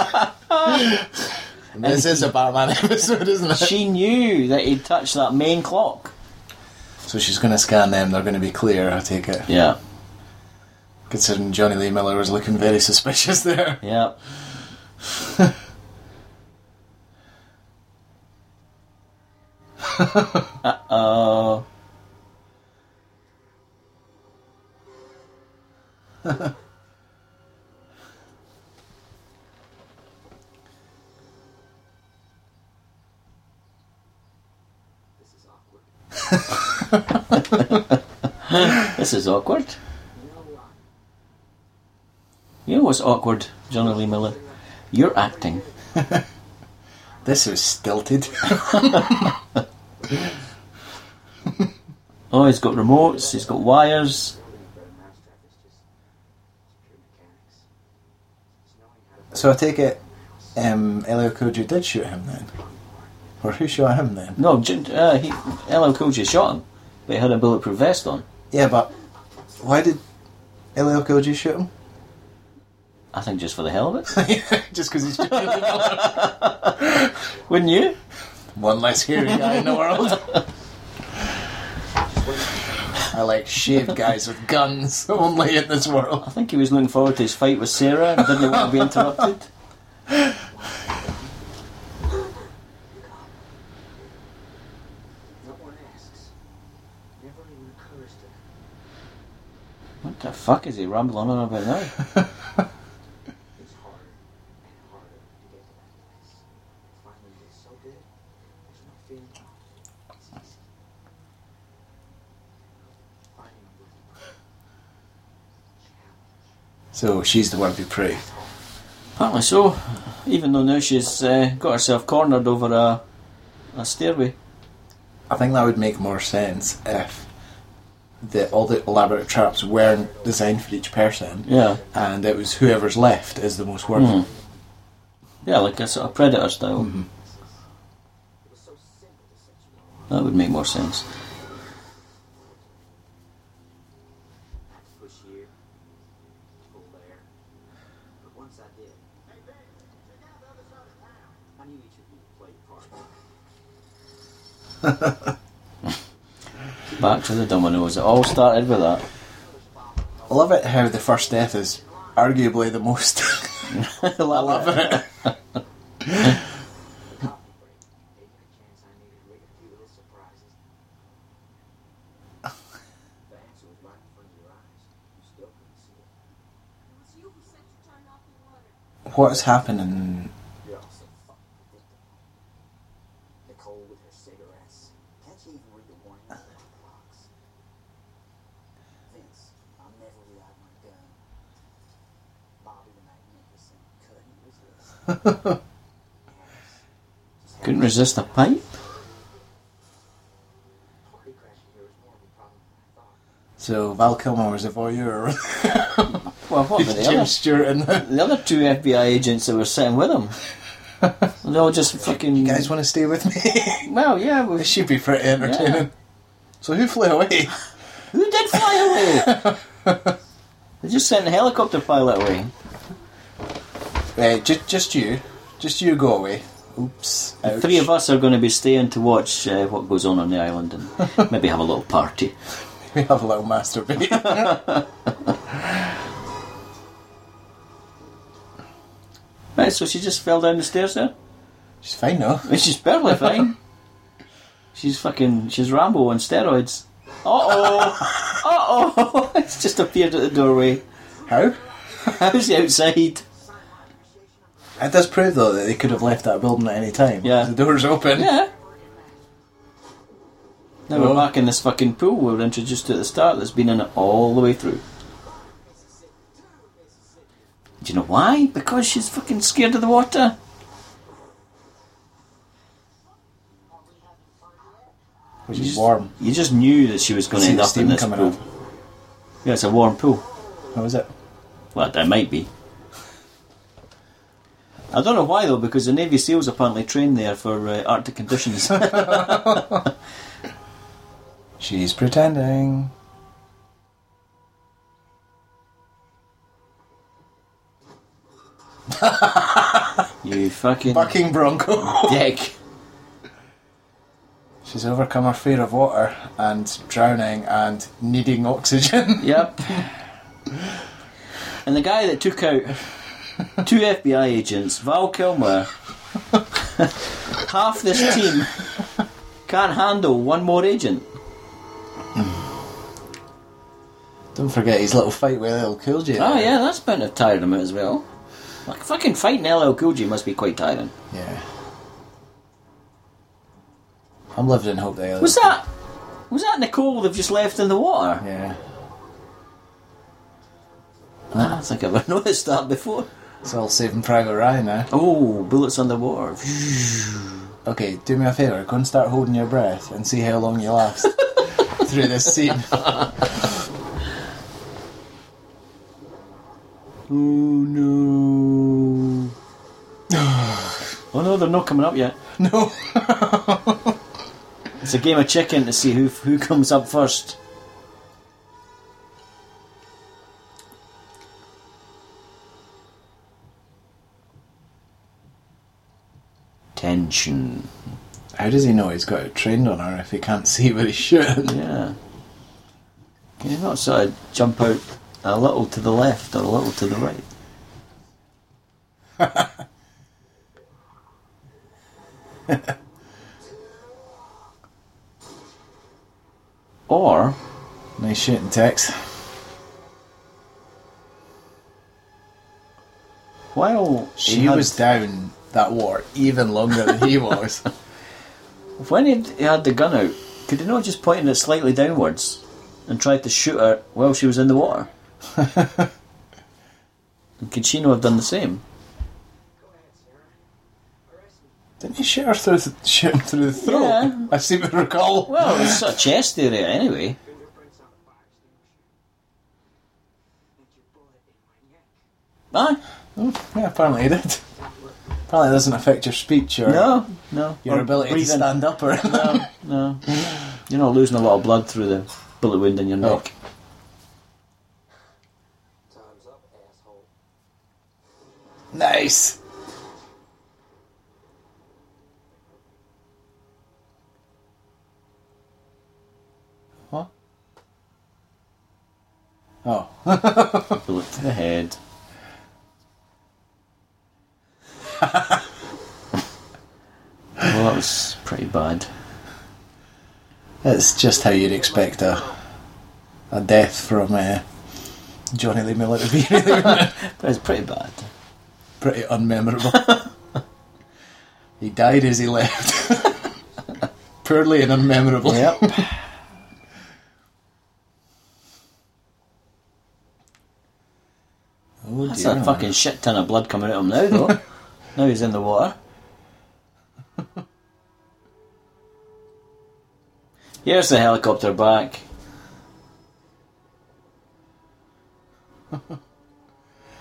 this is a Batman <laughs> episode, isn't it? She knew that he'd touched that main clock. so she's going to scan them. They're going to be clear. I take it. Yeah, Considering Johnny Lee Miller was looking very suspicious there. yeah. uh oh. This is awkward. You're a lot. You know what's awkward, Johnny Lee Miller? You're acting. This was stilted. <laughs> Oh, he's got remotes, he's got wires. Building a better mousetrap is just it's pure mechanics. It's knowing how to so I take it um, Elio Kojo did shoot him then? Or who shot him then? No, Jin- uh, he, LL Cool J shot him, but he had a bulletproof vest on. Yeah, but why did Elio Kojo shoot him? <laughs> I think just for the hell of it. <laughs> Just because he's <laughs> one Wouldn't you? less hairy guy in the world. I like shaved guys with guns <laughs> only in this <laughs> I world. think he was looking forward to his fight with Sarah and didn't want to be interrupted. No one asks. Never even occurs to them. What the fuck is he rambling on about now? It's harder and harder to get to that place. Finally, it's so good. There's no feeling. It's easy. Finding a way. Challenge. So she's the worthy prey. Apparently so, even though now she's uh, got herself cornered over a, a stairway. I think that would make more sense if the, all the elaborate traps weren't designed for each person, Yeah, and it was whoever's left is the most worthy. Hmm. yeah, like a sort of predator style. It was so simple to set you up. That would make more sense. Not to push here, pull there. But once I did, I knew each of you played part. Back to the dominoes. It all started with that. <laughs> I love it how the first death is arguably the most. <laughs> I I love it. The coffee break gave me the chance I needed to rig a few little surprises. the answer was right in front of your eyes. You still couldn't see it. It was you who said to turn off the water. What's happening? You're also fucking predictable. Nicole with her cigarettes. Can't you even read the warning on the box? Vince, I'll never reload my gun. Bobby the Magnificent couldn't resist. Harris, just had Couldn't resist a pipe. a party crashing here is more of a problem than I thought. So Val Kilmer was a voyeur. Well, <laughs> what were It's <laughs> the Jim other? Stewart and the <laughs> The other two FBI agents that were sitting with him. They all just fucking. you guys want to stay with me? <laughs> Well, yeah, we this should be pretty entertaining. Yeah. So who flew <laughs> away? Who did fly away? <laughs> they just sent a helicopter pilot away. Uh, just, just you, just you go away. Oops. The Uh, three of us are going to be staying to watch uh, what goes on on the <laughs> island and maybe have a little party. <laughs> We have a little <laughs> masturbate. Right, so she just fell down the stairs there. She's fine now. I mean, She's <laughs> barely fine. She's fucking. She's Rambo on steroids. Uh <laughs> oh. Uh oh. <laughs> It's just appeared at the doorway. How? How's he outside? It does prove though that they could have left that building at any time. Yeah. The door's open. Yeah. Now Well- we're back in this fucking pool we were introduced to at the start that's been in it all the way through. Do you know why? Because she's fucking scared of the water. Which You is just- warm. You just knew that she was going to See end the up in steam this coming pool. up. Yeah, it's a warm pool. How is it? Well, that might be. I don't know why though, because the Navy SEALs apparently train there for uh, Arctic conditions. <laughs> She's pretending. you fucking Bucking Bronco. <laughs> dick. She's overcome her fear of water and drowning and needing oxygen. <laughs> Yep. and the guy that took out two FBI agents, Val Kilmer, half this team can't handle one more agent. Don't forget his little fight with Lil Cool J. Oh there. yeah, that's bound to tire them out as well. Like fucking fighting LL Cool J must be quite tiring. Yeah. I'm living in hope that Was that Was that Nicole they've just left in the water? Yeah. I don't think <laughs> I've ever noticed that before. It's all saving Private Ryan now. Oh, bullets underwater. Okay, do me a favour, go and start holding your breath and see how long you <laughs> last through this scene. <laughs> Oh no. oh no, they're not coming up yet. no. It's a game of chicken to see who who comes up first. Tension. How does he know he's got it trained on her if he can't see what he's shooting? <laughs> Yeah. Can you not sort of jump out a little to the left or a little to the right? or Nice shooting, Tex. while he She had- was down that water even longer than <laughs> he was. when he'd, he had the gun out, could he not just point it slightly downwards and tried to shoot her while she was in the <laughs> water? and could she not have done the same? Go ahead, Sarah. Arrest me. Didn't he shoot her through the, shoot him through the throat? Yeah. I seem to recall. <laughs> Well, it's sort of chest area anyway. Fingerprints on the fire extinguisher. And your bullet in my neck. Aye. Hmm, yeah, apparently he did. Apparently it doesn't affect your speech or No, no. your Or ability to breathing. stand up or No, no. You're not losing a lot of blood through the bullet wound in your neck. Time's up, asshole. <laughs> Nice. What? Oh. <laughs> Bullet to the head. well, that was pretty bad. That's just how you'd expect a a death from uh, Johnny Lee Miller to be <laughs> really wouldn't it? But it's pretty bad. pretty unmemorable. <laughs> he died as he left. <laughs> Poorly and unmemorable. Yep. Oh, <laughs> That's dear. a fucking shit ton of blood coming out of him <laughs> now, though. now he's in the water. Here's the helicopter back.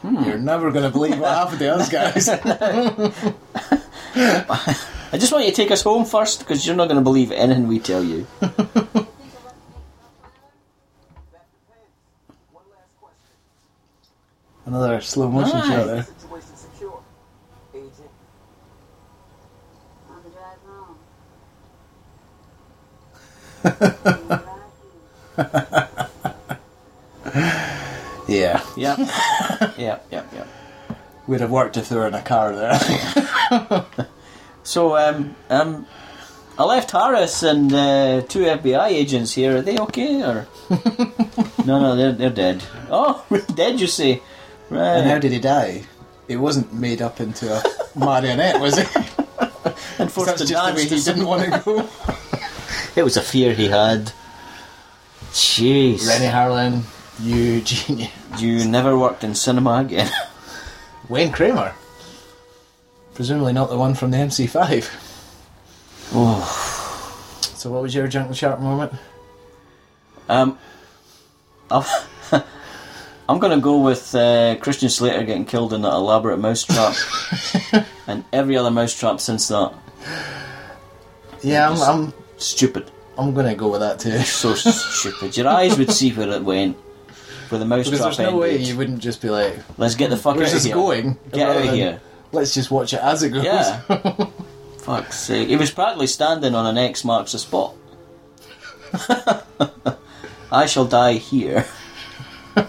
You're never going to believe what happened to us guys. I just want you to take us home first because you're not going to believe anything we tell you. That depends. One last question. <laughs> Another slow motion shot there. Situation secure. Agent. On the drive home. On the drive home. Yeah. <laughs> Yeah. yeah, yeah, yeah. We'd have worked if they were in a car there. So, um, um, I left Harris and uh, two FBI agents here. Are they <laughs> okay? Or no, no, they're they're dead. Oh, <laughs> dead, you say? Right. <laughs> and how did he die? It wasn't made up into a marionette, was it? And forced That's just the to dance way to he didn't want to go. It was a fear he had. Jeez. <laughs> Rennie Harlan, you <laughs> genius. You never worked in cinema again. <laughs> Wayne Kramer. Presumably not the one from the MC5. oh. So what was your Jungle Shark moment? Um, I'm, <laughs> I'm going to go with uh, Christian Slater getting killed in that elaborate mousetrap <laughs> and every other mousetrap since that. Yeah, I'm, I'm, Stupid. I'm going to go with that too. So <laughs> stupid. Your eyes would see where it went. Where the <laughs> Because mousetrap there's no way ended. you wouldn't just be like, Let's get the fuck where's out of this here. going? Get out Rather of than, here. Let's just watch it as it goes. Yeah. Fuck's sake. He was practically standing on an X marks the spot. <laughs> I shall die here. <laughs>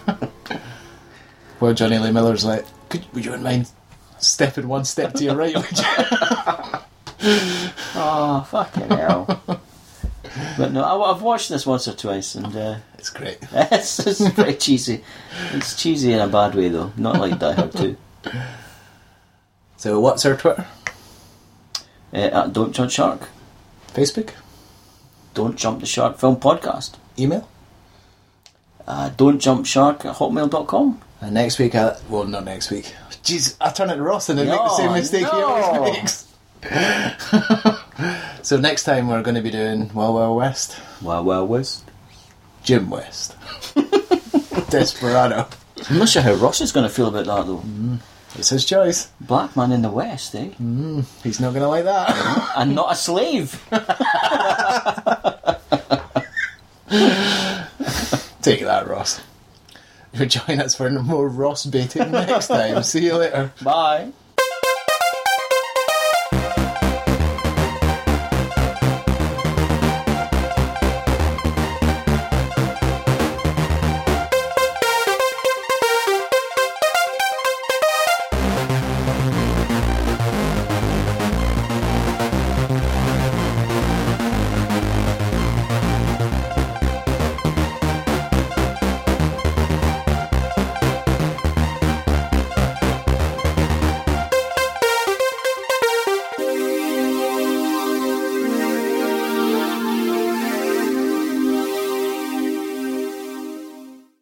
Well, Johnny Lee Miller's like, Could, would you mind stepping one step to your right? Would you? Oh, fucking hell. but no, I, have watched this once or twice and uh, <laughs> <laughs> It's great. it's, it's pretty cheesy. It's cheesy in a bad way though, not like Die Hard <laughs> 2. So, what's our Twitter? Eh, Uh, at Don't Judge Shark. Facebook? Don't Jump the Shark Film Podcast. Email. Uh, don't Jump Shark at hotmail.com. And next week, I, well, not next week. Jeez, I turn it to Ross and I make the No, same mistake he no. always makes. <laughs> so next time we're going to be doing Well Well West, Wow, wow, West. Jim West, <laughs> Desperado. I'm not sure how Ross is going to feel about that though. It's his choice. Black man in the West, eh? He's not going to like that. <laughs> And not a slave. Take that, Ross. You'll join us for more Ross baiting next time. See you later. Bye.